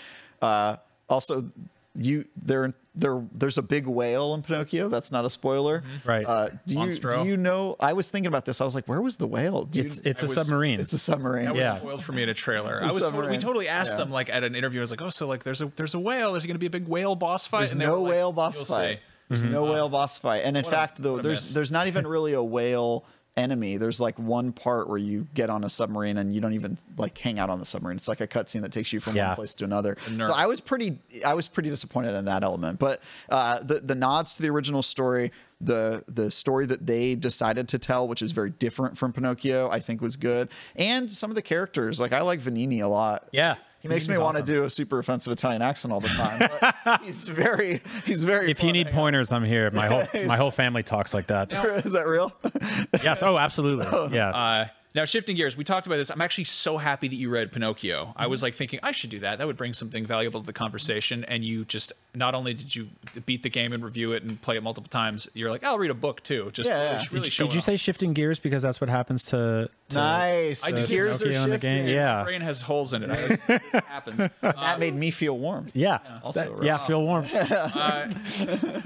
S3: uh, also, you there there there's a big whale in Pinocchio. That's not a spoiler,
S4: Mm-hmm. Right.
S3: Uh, do you
S4: Monstro.
S3: do you know? I was thinking about this. I was like, where was the whale? Do you-
S4: It's it's a
S3: I was-
S4: submarine.
S3: It's a submarine.
S2: That was
S3: yeah.
S2: spoiled for me in a trailer.
S3: The
S2: I was totally, we
S3: submarine.
S2: totally asked
S3: Yeah.
S2: them like at an interview. I was like, oh, so like there's a there's a whale. There's going to be a big whale boss fight.
S3: There's
S2: And they
S3: no
S2: were like,
S3: whale boss
S2: "You'll
S3: fight.
S2: see."
S3: There's no whale boss fight. And in
S2: What a-
S3: fact, though,
S2: what a
S3: there's
S2: miss.
S3: there's not even really a whale enemy. There's like one part where you get on a submarine and you don't even like hang out on the submarine. It's like a cutscene that takes you from
S4: Yeah.
S3: one place to another.
S4: nerve.
S3: So I was pretty I was pretty disappointed in that element. But uh, the the nods to the original story, the the story that they decided to tell, which is very different from Pinocchio, I think was good. And some of the characters, like I like Vanini a lot.
S4: Yeah.
S3: He makes me
S4: Vanini's
S3: want to
S4: awesome.
S3: do a super offensive Italian accent all the time. but he's very, he's very.
S4: If you need pointers, I'm here. My whole
S3: Yeah,
S4: my whole family talks like that.
S3: Is that real?
S4: yes. Oh, absolutely. Yeah.
S2: Uh, now shifting gears, we talked about this. I'm actually so happy that you read Pinocchio. I
S3: Mm-hmm.
S2: was like thinking I should do that. That would bring something valuable to the conversation. And you just not only did you beat the game and review it and play it multiple times, you're like, I'll read a book too. Just
S4: Yeah,
S2: really,
S4: yeah.
S2: really
S4: did,
S2: showing
S4: did you
S2: off.
S4: say shifting gears because that's what happens to, to
S3: Nice.
S4: I
S3: The
S4: do
S3: gears are
S4: in the game.
S3: shifting.
S2: My
S4: Yeah.
S2: brain has holes in it. I- this happens. Um,
S3: that made me feel warm.
S4: Yeah.
S3: Also
S4: That-
S3: real.
S4: yeah. Feel warm.
S2: Uh,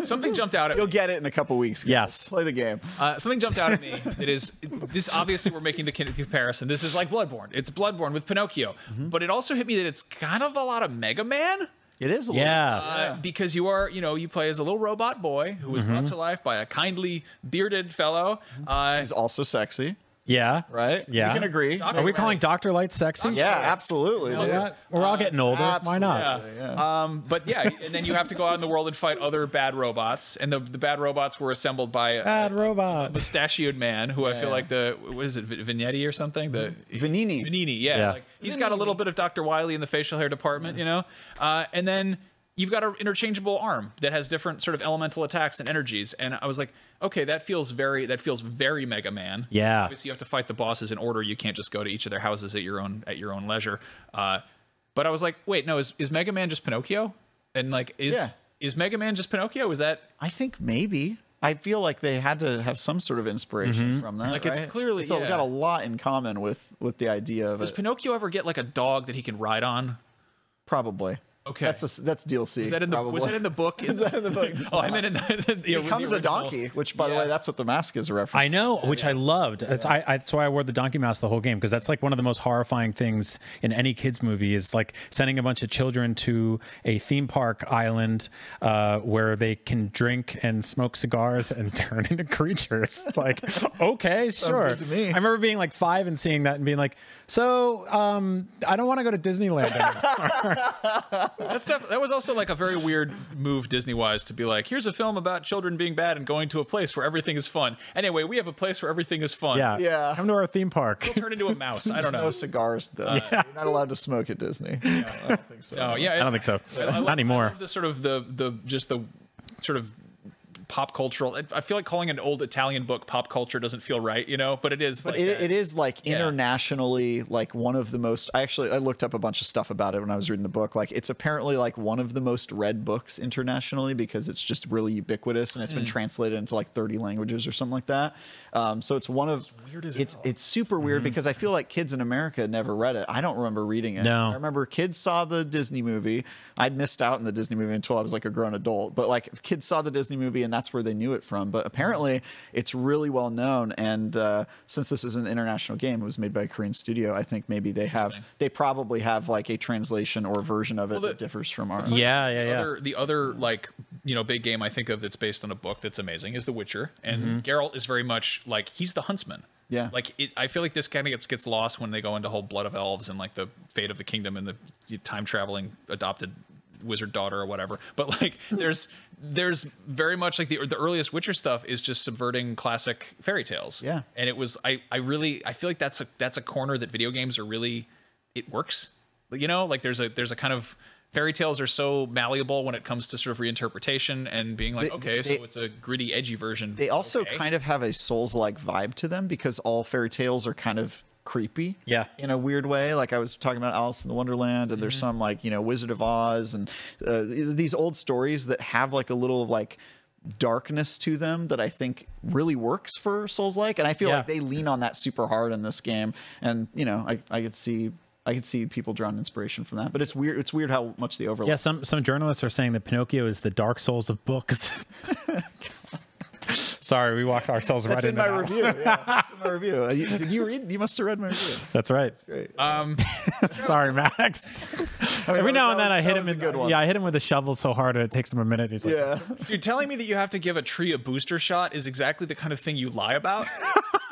S2: something jumped out at
S3: You'll get it in a couple weeks. guys.
S4: Yes.
S3: Play the game.
S2: Uh, something jumped out at me that is this obviously we're making the kin- comparison. This is like Bloodborne. It's Bloodborne with Pinocchio,
S4: Mm-hmm.
S2: but it also hit me that it's kind of a lot of Mega Man.
S3: It is. A
S4: Oh, Yeah.
S2: Uh, because you are, you know, you play as a little robot boy who was brought
S4: Mhm.
S2: to life by a kindly bearded fellow.
S4: Mm-hmm.
S2: Uh, He's
S3: also sexy,
S4: Yeah.
S3: right?
S4: Yeah.
S3: You can agree.
S4: Are we calling Doctor Light sexy?
S3: Yeah, absolutely.
S4: You know
S3: dude.
S4: what? We're all getting older. Why not?
S2: Yeah. Um, but yeah, and then you have to go out in the world and fight other bad robots, and the, the bad robots were assembled by a,
S4: Bad robot.
S2: mustachioed man who I feel
S4: Yeah.
S2: like the what is it Vi- Vignetti or something the
S3: Vanini
S2: Vanini yeah,
S4: Yeah.
S2: Like, he's got a little bit of Dr. Wiley in the facial hair department you know uh, and then you've got an interchangeable arm that has different sort of elemental attacks and energies. And I was like, okay, that feels very that feels very Mega Man.
S4: Yeah.
S2: obviously you have to fight the bosses in order. You can't just go to each of their houses at your own at your own leisure. Uh, but I was like, wait, no, is is Mega Man just Pinocchio? And like, is
S3: Yeah.
S2: is Mega Man just Pinocchio? Is that
S3: I think maybe. I feel like they had to have some sort of inspiration
S4: Mm-hmm.
S3: from that.
S2: Like, it's
S3: right?
S2: clearly-
S3: it's all-
S2: yeah.
S3: got a lot in common with with the idea of
S2: does
S3: it.
S2: Pinocchio ever get like a dog that he can ride on?
S3: probably.
S2: Okay.
S3: that's a, that's DLC.
S2: Was that in the
S3: probably.
S2: Was that in the book?
S3: Is that in the book?
S2: oh, I meant in the. the, the
S3: He becomes a
S2: original.
S3: donkey, which by the way, that's what the mask is a reference.
S4: I know, which I loved. That's, I, I, that's why I wore the donkey mask the whole game because that's like one of the most horrifying things in any kids movie is like sending a bunch of children to a theme park island uh, where they can drink and smoke cigars and turn into creatures. Like, okay, sure.
S3: good to me.
S4: I remember being like five and seeing that and being like, so um, I don't want to go to Disneyland. anymore."
S2: That stuff. That was also like a very weird move Disney wise to be like, here's a film about children being bad and going to a place where everything is fun. Anyway, we have a place where everything is fun.
S4: yeah,
S3: Yeah.
S4: Come to our theme park.
S2: We'll turn into a mouse. I
S3: There's
S2: don't know.
S3: No cigars though. You're not allowed to smoke at Disney. I don't think so.
S2: Oh yeah,
S4: I don't think so.
S2: I- I love-
S4: Not
S2: I
S4: anymore.
S2: love the sort of the the just the sort of pop cultural. I- I feel like calling an old Italian book pop culture doesn't feel right, you know. But it is.
S3: But
S2: like
S3: it,
S2: that.
S3: it is like internationally like one of the most I actually I looked up a bunch of stuff about it when I was reading the book. Like it's apparently like one of the most read books internationally because it's just really ubiquitous and it's
S2: Hmm.
S3: been translated into like 30 languages or something like that. Um, so it's one of weird as it's it's super
S2: Mm-hmm.
S3: weird because I feel like kids in America never read it. I don't remember reading it.
S4: No.
S3: I remember kids saw the Disney movie. I'd missed out on the Disney movie until I was like a grown adult, but like kids saw the Disney movie and that's where they knew it from. But apparently, it's really well known. And uh, since this is an international game, it was made by a Korean studio. I think maybe they have, they probably have like a translation or version of it
S2: the-
S3: that differs from ours.
S4: Yeah, yeah,
S2: the
S4: yeah.
S2: Other, the other like you know big game I think of that's based on a book that's amazing is The Witcher, and
S4: Mm-hmm.
S2: Geralt is very much like he's the huntsman.
S3: Yeah.
S2: like it, I feel like this kind of gets gets lost when they go into whole Blood of Elves and like the fate of the kingdom and the time traveling adopted wizard daughter or whatever. But like
S3: Hmm.
S2: there's there's very much like the the earliest Witcher stuff is just subverting classic fairy tales.
S3: Yeah.
S2: and it was I I really I feel like that's a that's a corner that video games are really it works. You know, like there's a there's a kind of fairy tales are so malleable when it comes to sort of reinterpretation and being like,
S3: They-
S2: okay,
S3: they-
S2: so it's a gritty, edgy version.
S3: They also kind of have a Souls like vibe to them because all fairy tales are kind of creepy.
S4: Yeah.
S3: In a weird way. Like I was talking about Alice in the Wonderland, and there's
S4: Mm-hmm.
S3: some like, you know, Wizard of Oz and uh, these old stories that have like a little like darkness to them that I think really works for Souls like. And I feel
S4: Yeah.
S3: like they lean on that super hard in this game. And, you know, I, I could see. I could see people drawing inspiration from that, but it's weird. It's weird how much they overlap.
S4: Yeah, some some journalists are saying that Pinocchio is the Dark Souls of books. Sorry, we walked ourselves right
S3: that's in
S4: into
S3: my
S4: that.
S3: review. Yeah, that's in my review. Uh, you- Did you read? You must have read my review.
S4: That's right.
S3: Um,
S4: Sorry, Max. Every
S3: that
S4: now
S3: was-
S4: and then I
S3: that
S4: hit
S3: was
S4: him
S3: a
S4: in
S3: good one.
S4: Yeah, I hit him with a shovel so hard that it takes him a minute. He's like,
S3: Yeah.
S2: You're telling me that you have to give a tree a booster shot is exactly the kind of thing you lie about.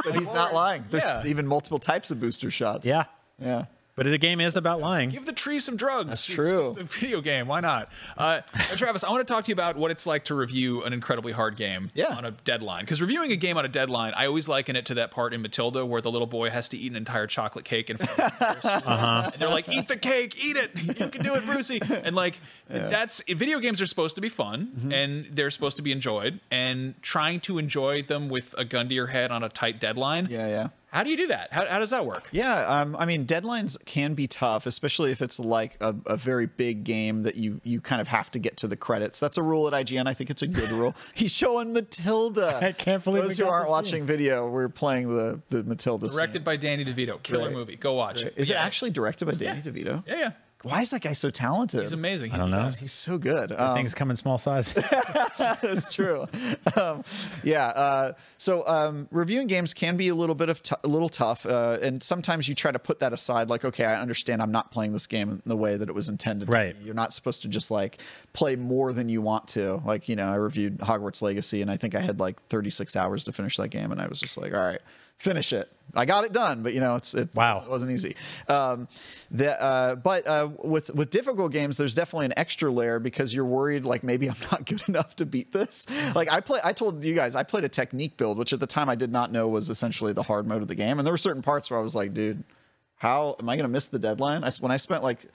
S3: But he's not lying. There's
S2: Yeah.
S3: even multiple types of booster shots.
S4: yeah.
S3: Yeah.
S4: But the game is about lying.
S2: give the tree some drugs. That's
S3: true.
S2: It's just a video game. Why not? Uh, Travis, I want to talk to you about what it's like to review an incredibly hard game
S3: Yeah.
S2: on a deadline. Because reviewing a game on a deadline, I always liken it to that part in Matilda where the little boy has to eat an entire chocolate cake in front of the entire school.
S3: Uh-huh.
S2: And they're like, eat the cake, eat it. You can do it, Brucey. And like, that's video games are supposed to be fun
S3: Mm-hmm.
S2: and they're supposed to be enjoyed. And trying to enjoy them with a gun to your head on a tight deadline.
S3: Yeah. Yeah.
S2: How do you do that? How, how does that work?
S3: Yeah, um, I mean, deadlines can be tough, especially if it's like a, a very big game that you you kind of have to get to the credits. That's a rule at IGN. I think it's a good rule. He's showing Matilda.
S4: I can't believe we
S3: those who
S4: got
S3: aren't
S4: this
S3: watching video. We're playing the the Matilda. scene.
S2: Directed by Danny DeVito. Killer
S3: Right.
S2: movie. Go watch it.
S3: Is it
S2: Yeah.
S3: actually directed by Danny DeVito?
S2: Yeah, yeah.
S3: Why is that guy so talented?
S2: He's amazing. He's
S4: I don't
S2: the
S4: know.
S2: best.
S3: He's so good. Um,
S4: Things come in small size.
S3: That's true. Um, yeah. Uh, so um, reviewing games can be a little bit of t- a little tough, uh, and sometimes you try to put that aside. Like, okay, I understand I'm not playing this game in the way that it was intended. to
S4: Right.
S3: be. You're not supposed to just like play more than you want to. Like, you know, I reviewed Hogwarts Legacy, and I think I had like 36 hours to finish that game, and I was just like, all right, finish it. I got it done, but you know, it's it's
S4: Wow.
S3: it wasn't easy. Um, the, uh, but uh, with with difficult games, there's definitely an extra layer because you're worried like maybe I'm not good enough to beat this. Like I play, I told you guys I played a technique build, which at the time I did not know was essentially the hard mode of the game, and there were certain parts where I was like, dude, how am I going to miss the deadline? I s when I spent like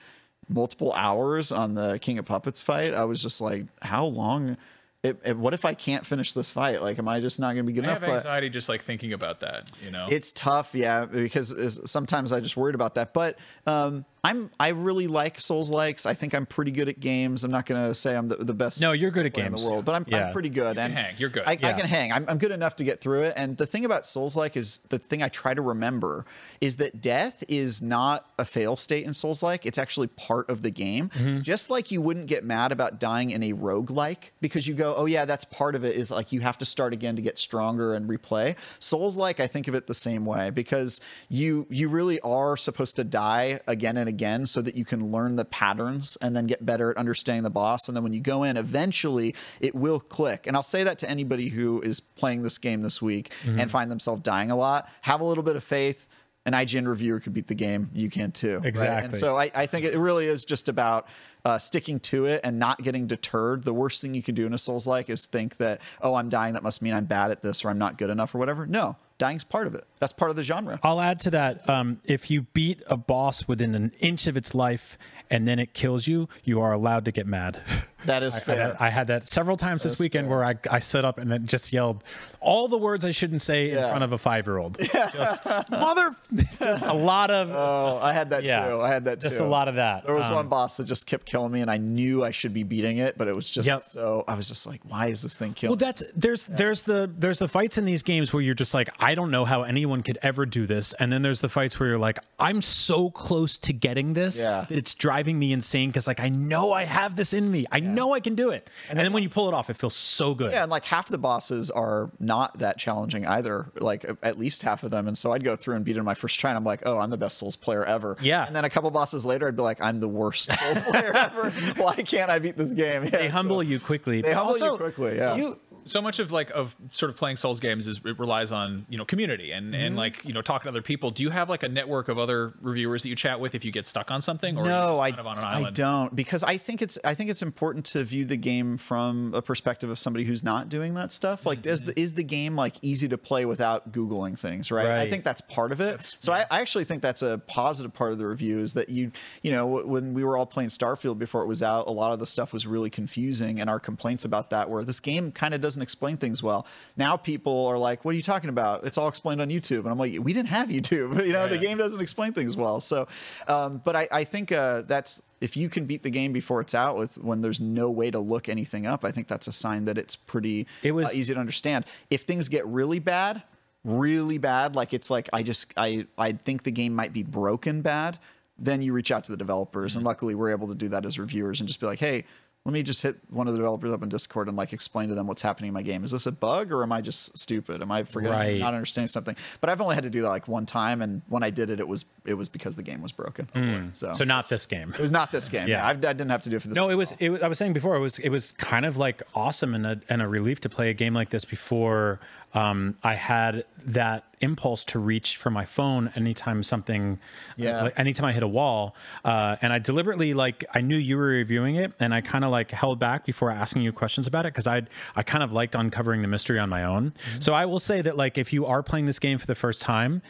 S3: multiple hours on the King of Puppets fight, I was just like, how long? It, it- what if I can't finish this fight? Like, am I just not going to be good
S2: I
S3: enough?
S2: have
S3: But-
S2: anxiety just like thinking about that. You know,
S3: It's tough, yeah, because it's- sometimes I just worried about that. But um, I'm I really like Souls likes. I think I'm pretty good at games. I'm not gonna say I'm the, the best.
S4: No, you're good at
S3: player in
S4: games.
S3: the world, but I'm,
S4: Yeah.
S3: I'm pretty good.
S4: You can
S3: and
S4: hang. You're good.
S3: I, I
S4: Yeah.
S3: can hang. I'm, I'm good enough to get through it. And the thing about Souls like is the thing I try to remember is that death is not a fail state in Souls like. It's actually part of the game.
S4: Mm-hmm.
S3: Just like you wouldn't get mad about dying in a roguelike because you go, oh yeah, that's part of it is like you have to start again to get stronger and replay. Souls like I think of it the same way because you you really are supposed to die again and again so that you can learn the patterns and then get better at understanding the boss and then when you go in eventually it will click. And I'll say that to anybody who is playing this game this week
S4: Mhm.
S3: and find themselves dying a lot, have a little bit of faith. An IGN reviewer could beat the game. You can too. right? And
S4: Exactly.
S3: so I, I think it really is just about uh, sticking to it and not getting deterred. The worst thing you can do in a Souls like is think that, oh, I'm dying. That must mean I'm bad at this or I'm not good enough or whatever. No, dying's part of it. That's part of the genre.
S4: I'll add to that. Um, if you beat a boss within an inch of its life and then it kills you, you are allowed to get mad.
S3: That is
S4: I- I
S3: fair.
S4: had- I, had that several times this
S3: That's
S4: weekend where I, I stood up and then just yelled all the words I shouldn't say in front of a five year old. Just mother. Just a lot of.
S3: Oh, I had that
S4: Yeah.
S3: too. I had that
S4: Just
S3: too.
S4: a lot of that.
S3: There was
S4: Um,
S3: one boss that just kept killing me, and I knew I should be beating it, but it was just
S4: Yep.
S3: so. I was just like, why is this thing
S4: Well,
S3: killing? me?
S4: that's there's there's the there's the fights in these games where you're just like I don't know how anyone could ever do this, and then there's the fights where you're like I'm so close to getting this
S3: Yeah.
S4: that it's driving me insane because like I know I have this in me, I know I can do it, and, then when you pull it off, it feels so good.
S3: Yeah, and like half the bosses are not that challenging either. Like a- at least half of them. And so I'd go through and beat it in my first try, and I'm like, oh, I'm the best Souls player ever.
S4: Yeah.
S3: And then a couple bosses later, I'd be like, I'm the worst Souls player ever. Why can't I beat this game? Yeah,
S4: they humble you quickly.
S3: They
S4: but
S3: humble you
S4: also-
S3: quickly. Yeah.
S2: so much of like of sort of playing Souls games is it relies on you know community and and
S3: Mhm.
S2: like you know talking to other people. Do you have like a network of other reviewers that you chat with if you get stuck on something? Or
S3: no,
S2: are you just
S3: I,
S2: kind of on an
S3: I
S2: island?
S3: don't because I think it's I think it's important to view the game from a perspective of somebody who's not doing that stuff. Like, is
S2: Mm-hmm.
S3: the is the game like easy to play without googling things? Right. I
S4: Right.
S3: think that's part of it. so I, I actually think that's a positive part of the review is that you you know w- when we were all playing Starfield before it was out, a lot of the stuff was really confusing, and our complaints about that were this game kind of doesn't explain things well. Now people are like, what are you talking about? It's all explained on YouTube, and I'm like, we didn't have YouTube. You know,
S4: Right.
S3: the game game doesn't explain things well. So, um, but I, I think uh, that's if you can beat the game before it's out with when there's no way to look anything up, I think that's a sign that it's pretty
S4: It was-
S3: uh, easy to understand. If things get really bad, really bad, like it's like I just I I think the game might be broken bad, then you reach out to the developers,
S4: Mm-hmm.
S3: and luckily we're able to do that as reviewers and just be like, hey. Let me just hit one of the developers up in Discord and like explain to them what's happening in my game. Is this a bug or am I just stupid? Am I forgetting
S4: Right.
S3: not understanding something? But I've only had to do that like one time, and when I did it, it was it was because the game was broken.
S4: Mm.
S3: So,
S4: so not this game.
S3: it was not this game.
S4: Yeah.
S3: Yeah, I've, I didn't have to do it for this.
S4: No, it was, it was. I was saying before, it was. It was kind of like awesome and a and a relief to play a game like this before um, I had that impulse to reach for my phone anytime something. uh,
S3: Yeah.
S4: like, anytime I hit a wall, uh, and I deliberately like I knew you were reviewing it, and I kind of like held back before asking you questions about it because I I kind of liked uncovering the mystery on my own.
S3: Mm-hmm.
S4: So I will say that like if you are playing this game for the first time,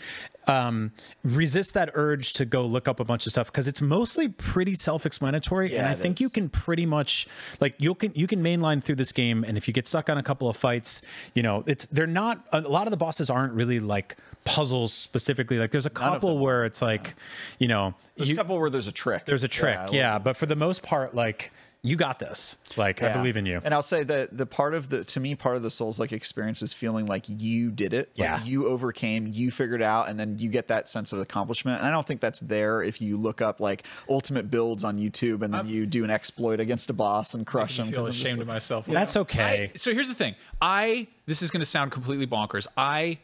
S4: um, resist that urge to go look up a bunch of stuff because it's mostly pretty self-explanatory, and
S3: Yeah,
S4: I
S3: it
S4: think you can pretty much like you can you can mainline through this game, and if you get stuck on a couple of fights, you know it's they're not a lot of the bosses aren't really like puzzles specifically like there's a couple where it's like you know
S3: There's a couple where there's a trick.
S4: there's a trick
S3: I
S4: yeah,
S3: like
S4: but for the most part like you got this like i
S3: Yeah.
S4: believe in you
S3: And I'll say that the part of the to me part of the souls like experience is feeling like you did it. Like,
S4: Yeah.
S3: you overcame, you figured it out, and then you get that sense of accomplishment. And I don't think that's there if you look up like ultimate builds on YouTube and then you do an exploit against a boss and crush
S2: I
S3: him.
S2: feel
S3: 'cause I'm just
S2: ashamed
S3: like-
S2: of myself.
S4: That's okay.
S2: I- so here's the thing. I this is going to sound completely bonkers. I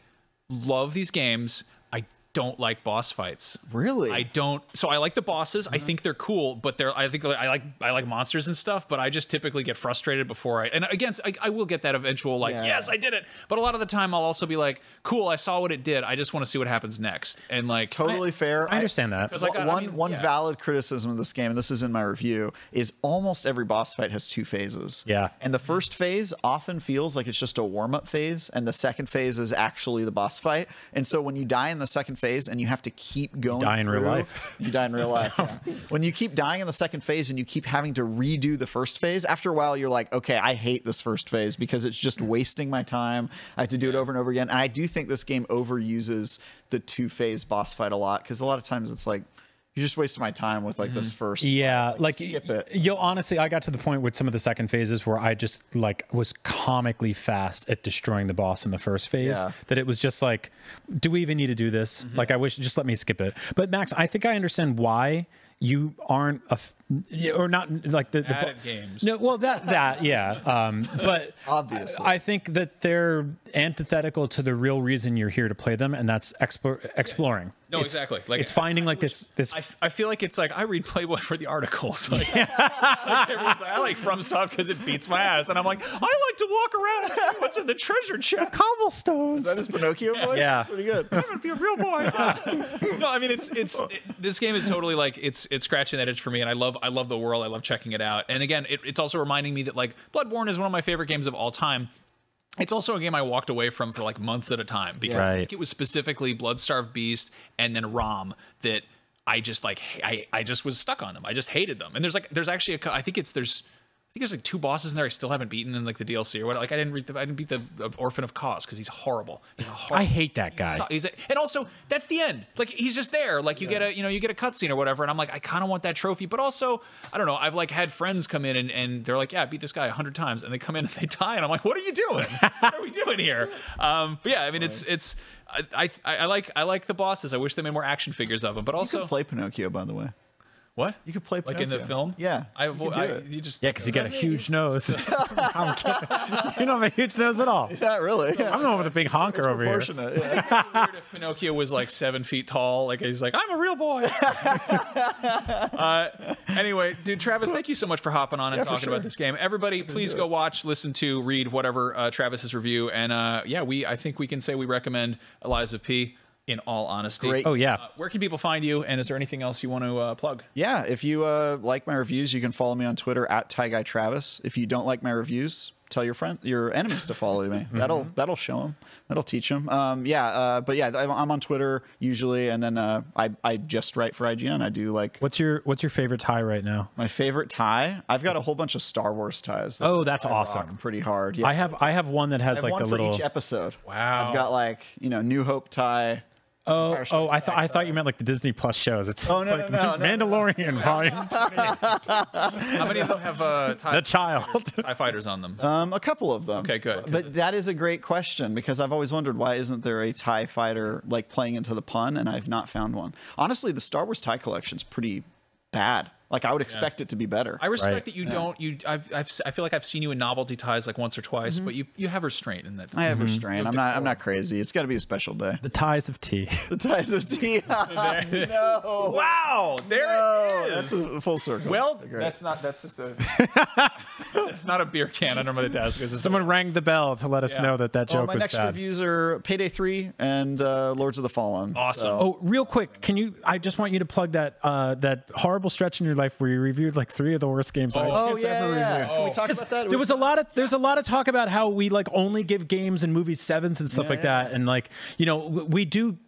S2: love these games. I don't like boss fights.
S3: Really?
S2: I don't. So I like the bosses. I think they're cool, but they're. I think I like I like monsters and stuff. But I just typically get frustrated before I. And again, I, I will get that eventual like,
S3: Yeah.
S2: yes, I did it. But a lot of the time, I'll also be like, cool, I saw what it did. I just want to see what happens next. And like,
S3: totally fair.
S4: I understand that.
S2: 'Cause I got- I
S3: one
S2: mean,
S3: one
S2: yeah.
S3: valid criticism of this game, and this is in my review, is almost every boss fight has two phases.
S4: Yeah.
S3: And the first phase often feels like it's just a warm up phase, and the second phase is actually the boss fight. And so when you die in the second phase, phase and you have to keep going.
S4: die in real
S3: through-
S4: life.
S3: You die in real life. yeah. When you keep dying in the second phase and you keep having to redo the first phase, after a while you're like, okay, I hate this first phase because it's just
S4: Mm-hmm.
S3: wasting my time. I have to do it over and over again. And I do think this game overuses the two phase boss fight a lot because a lot of times it's like, you're just wasting my time with like this first.
S4: Mm-hmm. Yeah, like,
S3: skip it.
S4: Yo, honestly, I got to the point with some of the second phases where I just like was comically fast at destroying the boss in the first phase.
S3: Yeah. Mm-hmm.
S4: That it was just like, do we even need to do this? Like, I wish just let me skip it. But Max, I think I understand why you aren't a f- or not like the, the
S2: Bad
S4: bo-
S2: at games.
S4: No, well that that yeah. Um, but
S3: obviously,
S4: I think that they're antithetical to the real reason you're here to play them, and that's explore, exploring.
S2: No,
S4: It's-
S2: exactly. Like,
S4: it's finding like this this
S2: I, I feel like it's like I read Playboy for the articles. Like, like, everyone's like, I like FromSoft because it beats my ass, and I'm like, I like to walk around and see what's in the treasure chest.
S4: cobblestones.
S3: That is Pinocchio voice?
S4: Yeah.
S3: Pretty good.
S2: be a real boy. no, I mean it's it's it, this game is totally like it's it's scratching that itch for me, and I love I love the world. I love checking it out. And again, it, it's also reminding me that like Bloodborne is one of my favorite games of all time. It's also a game I walked away from for like months at a time because I
S4: Right.
S2: think it was specifically Bloodstarved Beast and then Rom that I just like h- I I just was stuck on them. I just hated them. And there's like there's actually a cou- I think it's there's. I think there's like two bosses in there I still haven't beaten in like the DLC or what. Like I didn't read the I didn't beat the uh, Orphan of Cause because he's horrible. He's a horrible.
S4: I hate that guy.
S2: Su- He's a, and also that's the end. Like he's just there. Like you get a you know you get a cutscene or whatever, and I'm like I kind of want that trophy, but also I don't know. I've like had friends come in and, and they're like, yeah, I beat this guy a hundred times, and they come in and they die, and I'm like, what are you doing? what are we doing here? Um, but yeah, I mean it's it's I, I I like I like the bosses. I wish they made more action figures of them, but
S3: You
S2: also
S3: could play Pinocchio, by the way.
S2: what
S3: You could play
S2: like in
S3: Pinocchio.
S2: the film.
S3: Yeah.
S2: I,
S3: you
S2: avo-
S3: could do
S2: I
S3: it.
S2: you just
S4: Yeah, because you got a
S2: Doesn't it-
S4: huge nose. I'm kidding. You don't have a huge nose at all.
S3: Not really. Yeah.
S4: I'm the one with a big honker over here.
S3: Proportionate, yeah.
S2: Pinocchio was like seven feet tall. Like he's like, I'm a real boy. uh, anyway, dude, Travis, thank you so much for hopping on and
S3: for
S2: talking
S3: sure.
S2: about this game. Everybody, please go watch, listen to, read whatever uh, Travis's review, and uh, yeah, we I think we can say we recommend Eliza P. In all honesty,
S3: Great.
S4: Oh yeah.
S2: Uh, where can people find you? And is there anything else you want to uh, plug?
S3: yeah, if you uh, like my reviews, you can follow me on Twitter at Guy Travis. If you don't like my reviews, tell your friend, your enemies to follow me. That'll
S4: Mm-hmm.
S3: that'll show them. That'll teach them. Um, yeah, uh, but yeah, I'm, I'm on Twitter usually, and then uh, I I just write for IGN. I do like
S4: What's your What's your favorite tie right now?
S3: my favorite tie. I've got a whole bunch of Star Wars ties. that
S4: Oh, that's
S3: I rock
S4: awesome.
S3: Pretty hard. Yeah,
S4: I have I have one that
S3: I
S4: has
S3: have
S4: like
S3: one
S4: the
S3: for
S4: little.
S3: each episode.
S2: Wow.
S3: I've got like you know New Hope tie.
S4: oh, oh, I thought I thought you meant like the Disney Plus shows. It's,
S3: Oh,
S4: it's
S3: no,
S4: like
S3: no, no, no,
S4: Mandalorian Volume Two,
S2: How many of them have uh, tie,
S4: The Child.
S2: tie fighters on them?
S3: Um, a couple of them.
S2: Okay, good.
S3: But that is a great question because I've always wondered why isn't there a Tie fighter like playing into the pun, and I've not found one. Honestly, the Star Wars Tie collection's pretty bad. Like I would expect it to be better.
S2: I respect
S4: Right.
S2: that you don't. You, I've, I've, si feel like I've seen you in novelty ties like once or twice, but you, you have restraint in that.
S3: Mm-hmm. I have restraint. I'm not. I'm not crazy. It's got to be a special day.
S4: the ties of tea.
S3: The ties of tea. no.
S2: Wow, there
S3: No,
S2: it
S3: that's
S2: is.
S3: a full circle.
S2: well,
S3: Great.
S2: that's not. That's just a. that's not a beer can under my desk. It's just
S4: Someone rang the bell to let us know that that joke
S3: Well, Uh, Oh, my
S4: was
S3: next
S4: bad.
S3: reviews are Payday Three and uh, Lords of the Fallen.
S2: awesome.
S4: Oh, real quick, can you? I just want you to plug that uh, that horrible stretch in your life where you reviewed like three of the worst games. I
S3: Oh yeah, yeah. Can we talk about that?
S4: There was a lot of there's a lot of talk about how we like only give games and movie sevens and stuff like that, and like you know w- we do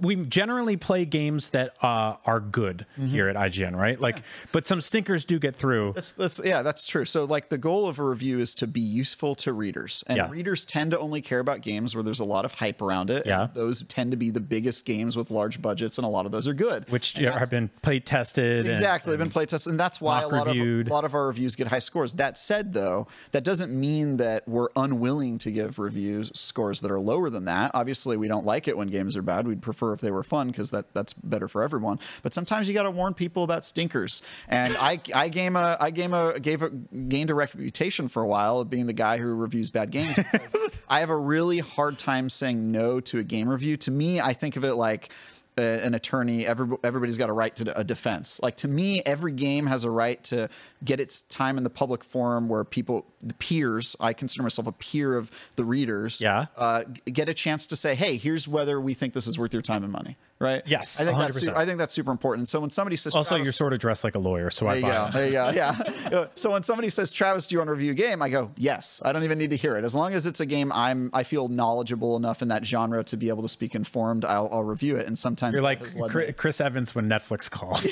S4: we generally play games that uh, are good here at IGN, right? Like, but some stinkers do get through.
S3: Mm-hmm. That's, that's yeah, that's true. So like the goal of a review is to be useful to readers, and
S4: Yeah.
S3: readers tend to only care about games where there's a lot of hype around it. and
S4: Yeah.
S3: those tend to be the biggest games with large budgets, and a lot of those are good.
S4: Which yeah, have been play tested. and-
S3: Exactly, been play tested, and that's why a
S4: mock
S3: lot
S4: reviewed.
S3: of a lot of our reviews get high scores. That said, though, that doesn't mean that we're unwilling to give reviews scores that are lower than that. Obviously, we don't like it when games are bad. We'd prefer if they were fun because that that's better for everyone. But sometimes you got to warn people about stinkers. And I I game a I game a gave a gained a reputation for a while of being the guy who reviews bad games. because I have a really hard time saying no to a game review. To me, I think of it like a- an attorney every, everybody's got a right to a defense like to me every game has a right to get its time in the public forum where people the peers i consider myself a peer of the readers
S4: Yeah.
S3: uh, g- get a chance to say hey here's whether we think this is worth your time and money right
S4: Yes,
S3: i think that's su-
S4: 100%.
S3: i think that's super important so when somebody says
S4: Also,
S3: "Travis,
S4: you're sort of dressed like a lawyer, so I
S3: there you
S4: buy
S3: go.
S4: it.
S3: There you go. Yeah. so when somebody says, Travis, do you want to review a game? I go, yes. I don't even need to hear it. As long as it's a game I'm I feel knowledgeable enough in that genre to be able to speak informed, I'll, I'll review it. And times.
S4: You're
S3: that
S4: like
S3: has led
S4: Chri-
S3: me.
S4: Chris Evans when Netflix calls.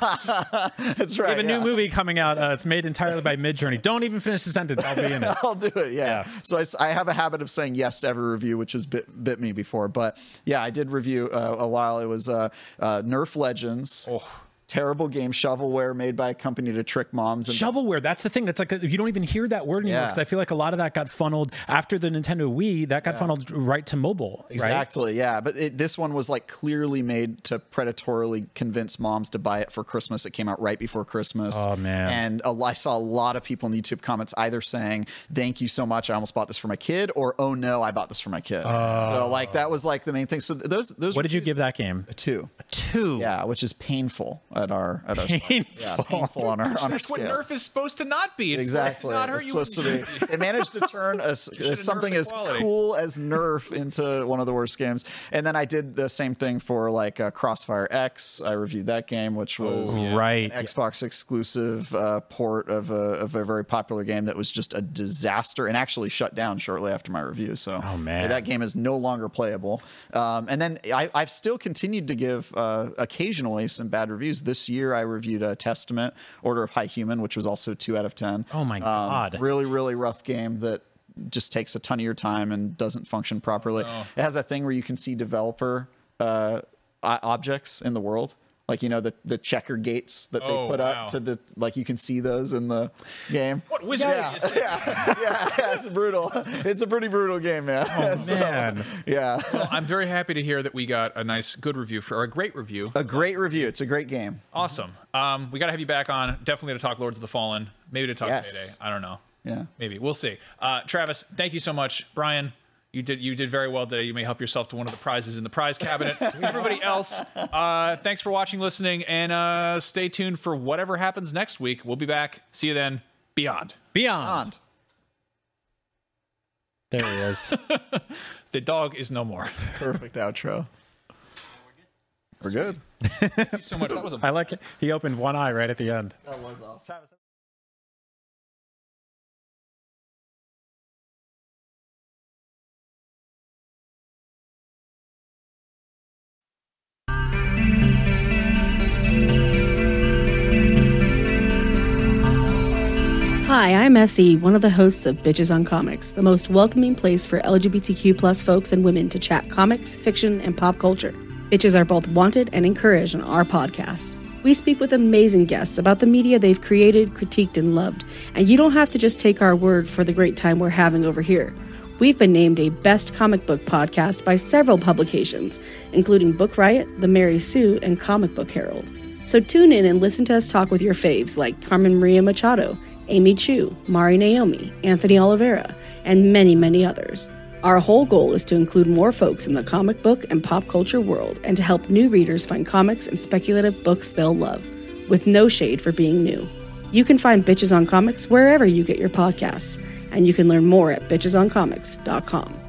S3: That's
S4: we
S3: right.
S4: have a new movie coming out. Uh, it's made entirely by Midjourney. Don't even finish the sentence. I'll be in it.
S3: I'll do it. Yeah. So I, s- I have a habit of saying yes to every review, which has bit, bit me before. But yeah, I did review uh, a while. It was uh, uh, Nerf Legends.
S4: Oh.
S3: Terrible game, shovelware made by a company to trick moms. And
S4: Shovelware. That's the thing. That's like you don't even hear that word anymore
S3: Yeah.
S4: because I feel like a lot of that got funneled after the Nintendo Wii. That got funneled right to mobile. right?
S3: Exactly. Yeah, but it, this one was like clearly made to predatorily convince moms to buy it for Christmas. It came out right before Christmas.
S4: Oh, man.
S3: And a, I saw a lot of people in the YouTube comments either saying "Thank you so much, I almost bought this for my kid," or "Oh no, I bought this for my kid." So like that was like the main thing. So th- those those.
S4: Oh. What did you give that game?
S3: A two. A
S4: two.
S3: Yeah, which is painful at our at our scale. Yeah, painful on our on our
S2: That's what
S3: scale.
S2: Nerf is supposed to not be. It's supposed to
S3: Exactly.
S2: Not hurt
S3: It's
S2: you
S3: supposed to be. It managed to turn us
S2: should've
S3: something
S2: nerfed the
S3: as
S2: quality.
S3: cool as Nerf into one of the worst games. And then I did the same thing for like uh, Crossfire X. I reviewed that game, which was
S4: yeah. Right.
S3: an Xbox exclusive uh, port of a of a very popular game that was just a disaster and actually shut down shortly after my review. So oh
S4: man.
S3: that game is no longer playable. Um, and then I, I've still continued to give uh, occasionally some bad reviews. This year I reviewed a Testament Order of High Human, which was also two out of ten.
S4: Oh my God.
S3: Um, Really, really rough game that just takes a ton of your time and doesn't function properly. It has that thing where you can see developer uh, o- objects in the world. Like you know the the checker gates that
S2: Oh,
S3: they put
S2: wow.
S3: up to the like you can see those in the game.
S2: What wizard
S3: Yeah,
S2: is this?
S3: yeah, yeah, it's brutal. It's a pretty brutal game, man. So,
S4: man.
S3: yeah,
S2: Well, I'm very happy to hear that we got a nice, good review for or a great review.
S3: a great review. It's a great game.
S2: Awesome. Um, we got to have you back on. Definitely to talk Lords of the Fallen. Maybe to talk
S3: Yes.
S2: Payday. I don't know.
S3: Yeah.
S2: Maybe we'll see. Uh, Travis, thank you so much. Brian, you did you did very well today. You may help yourself to one of the prizes in the prize cabinet. Everybody else, uh, thanks for watching, listening, and uh, stay tuned for whatever happens next week. We'll be back. See you then. Beyond.
S4: Beyond. There he is.
S2: The dog is no more.
S3: Perfect outro. We're good.
S2: Thank you so much. That was a
S4: I like it. He opened one eye right at the end.
S3: That was awesome.
S5: Hi, I'm Essie, one of the hosts of Bitches on Comics, the most welcoming place for LGBTQ plus folks and women to chat comics, fiction, and pop culture. Bitches are both wanted and encouraged on our podcast. We speak with amazing guests about the media they've created, critiqued, and loved, and you don't have to just take our word for the great time we're having over here. We've been named a best comic book podcast by several publications, including Book Riot, The Mary Sue, and Comic Book Herald. So tune in and listen to us talk with your faves like Carmen Maria Machado, Amy Chu, Mari Naomi, Anthony Oliveira, and many, many others. Our whole goal is to include more folks in the comic book and pop culture world and to help new readers find comics and speculative books they'll love, with no shade for being new. You can find Bitches on Comics wherever you get your podcasts, and you can learn more at bitchesoncomics.com.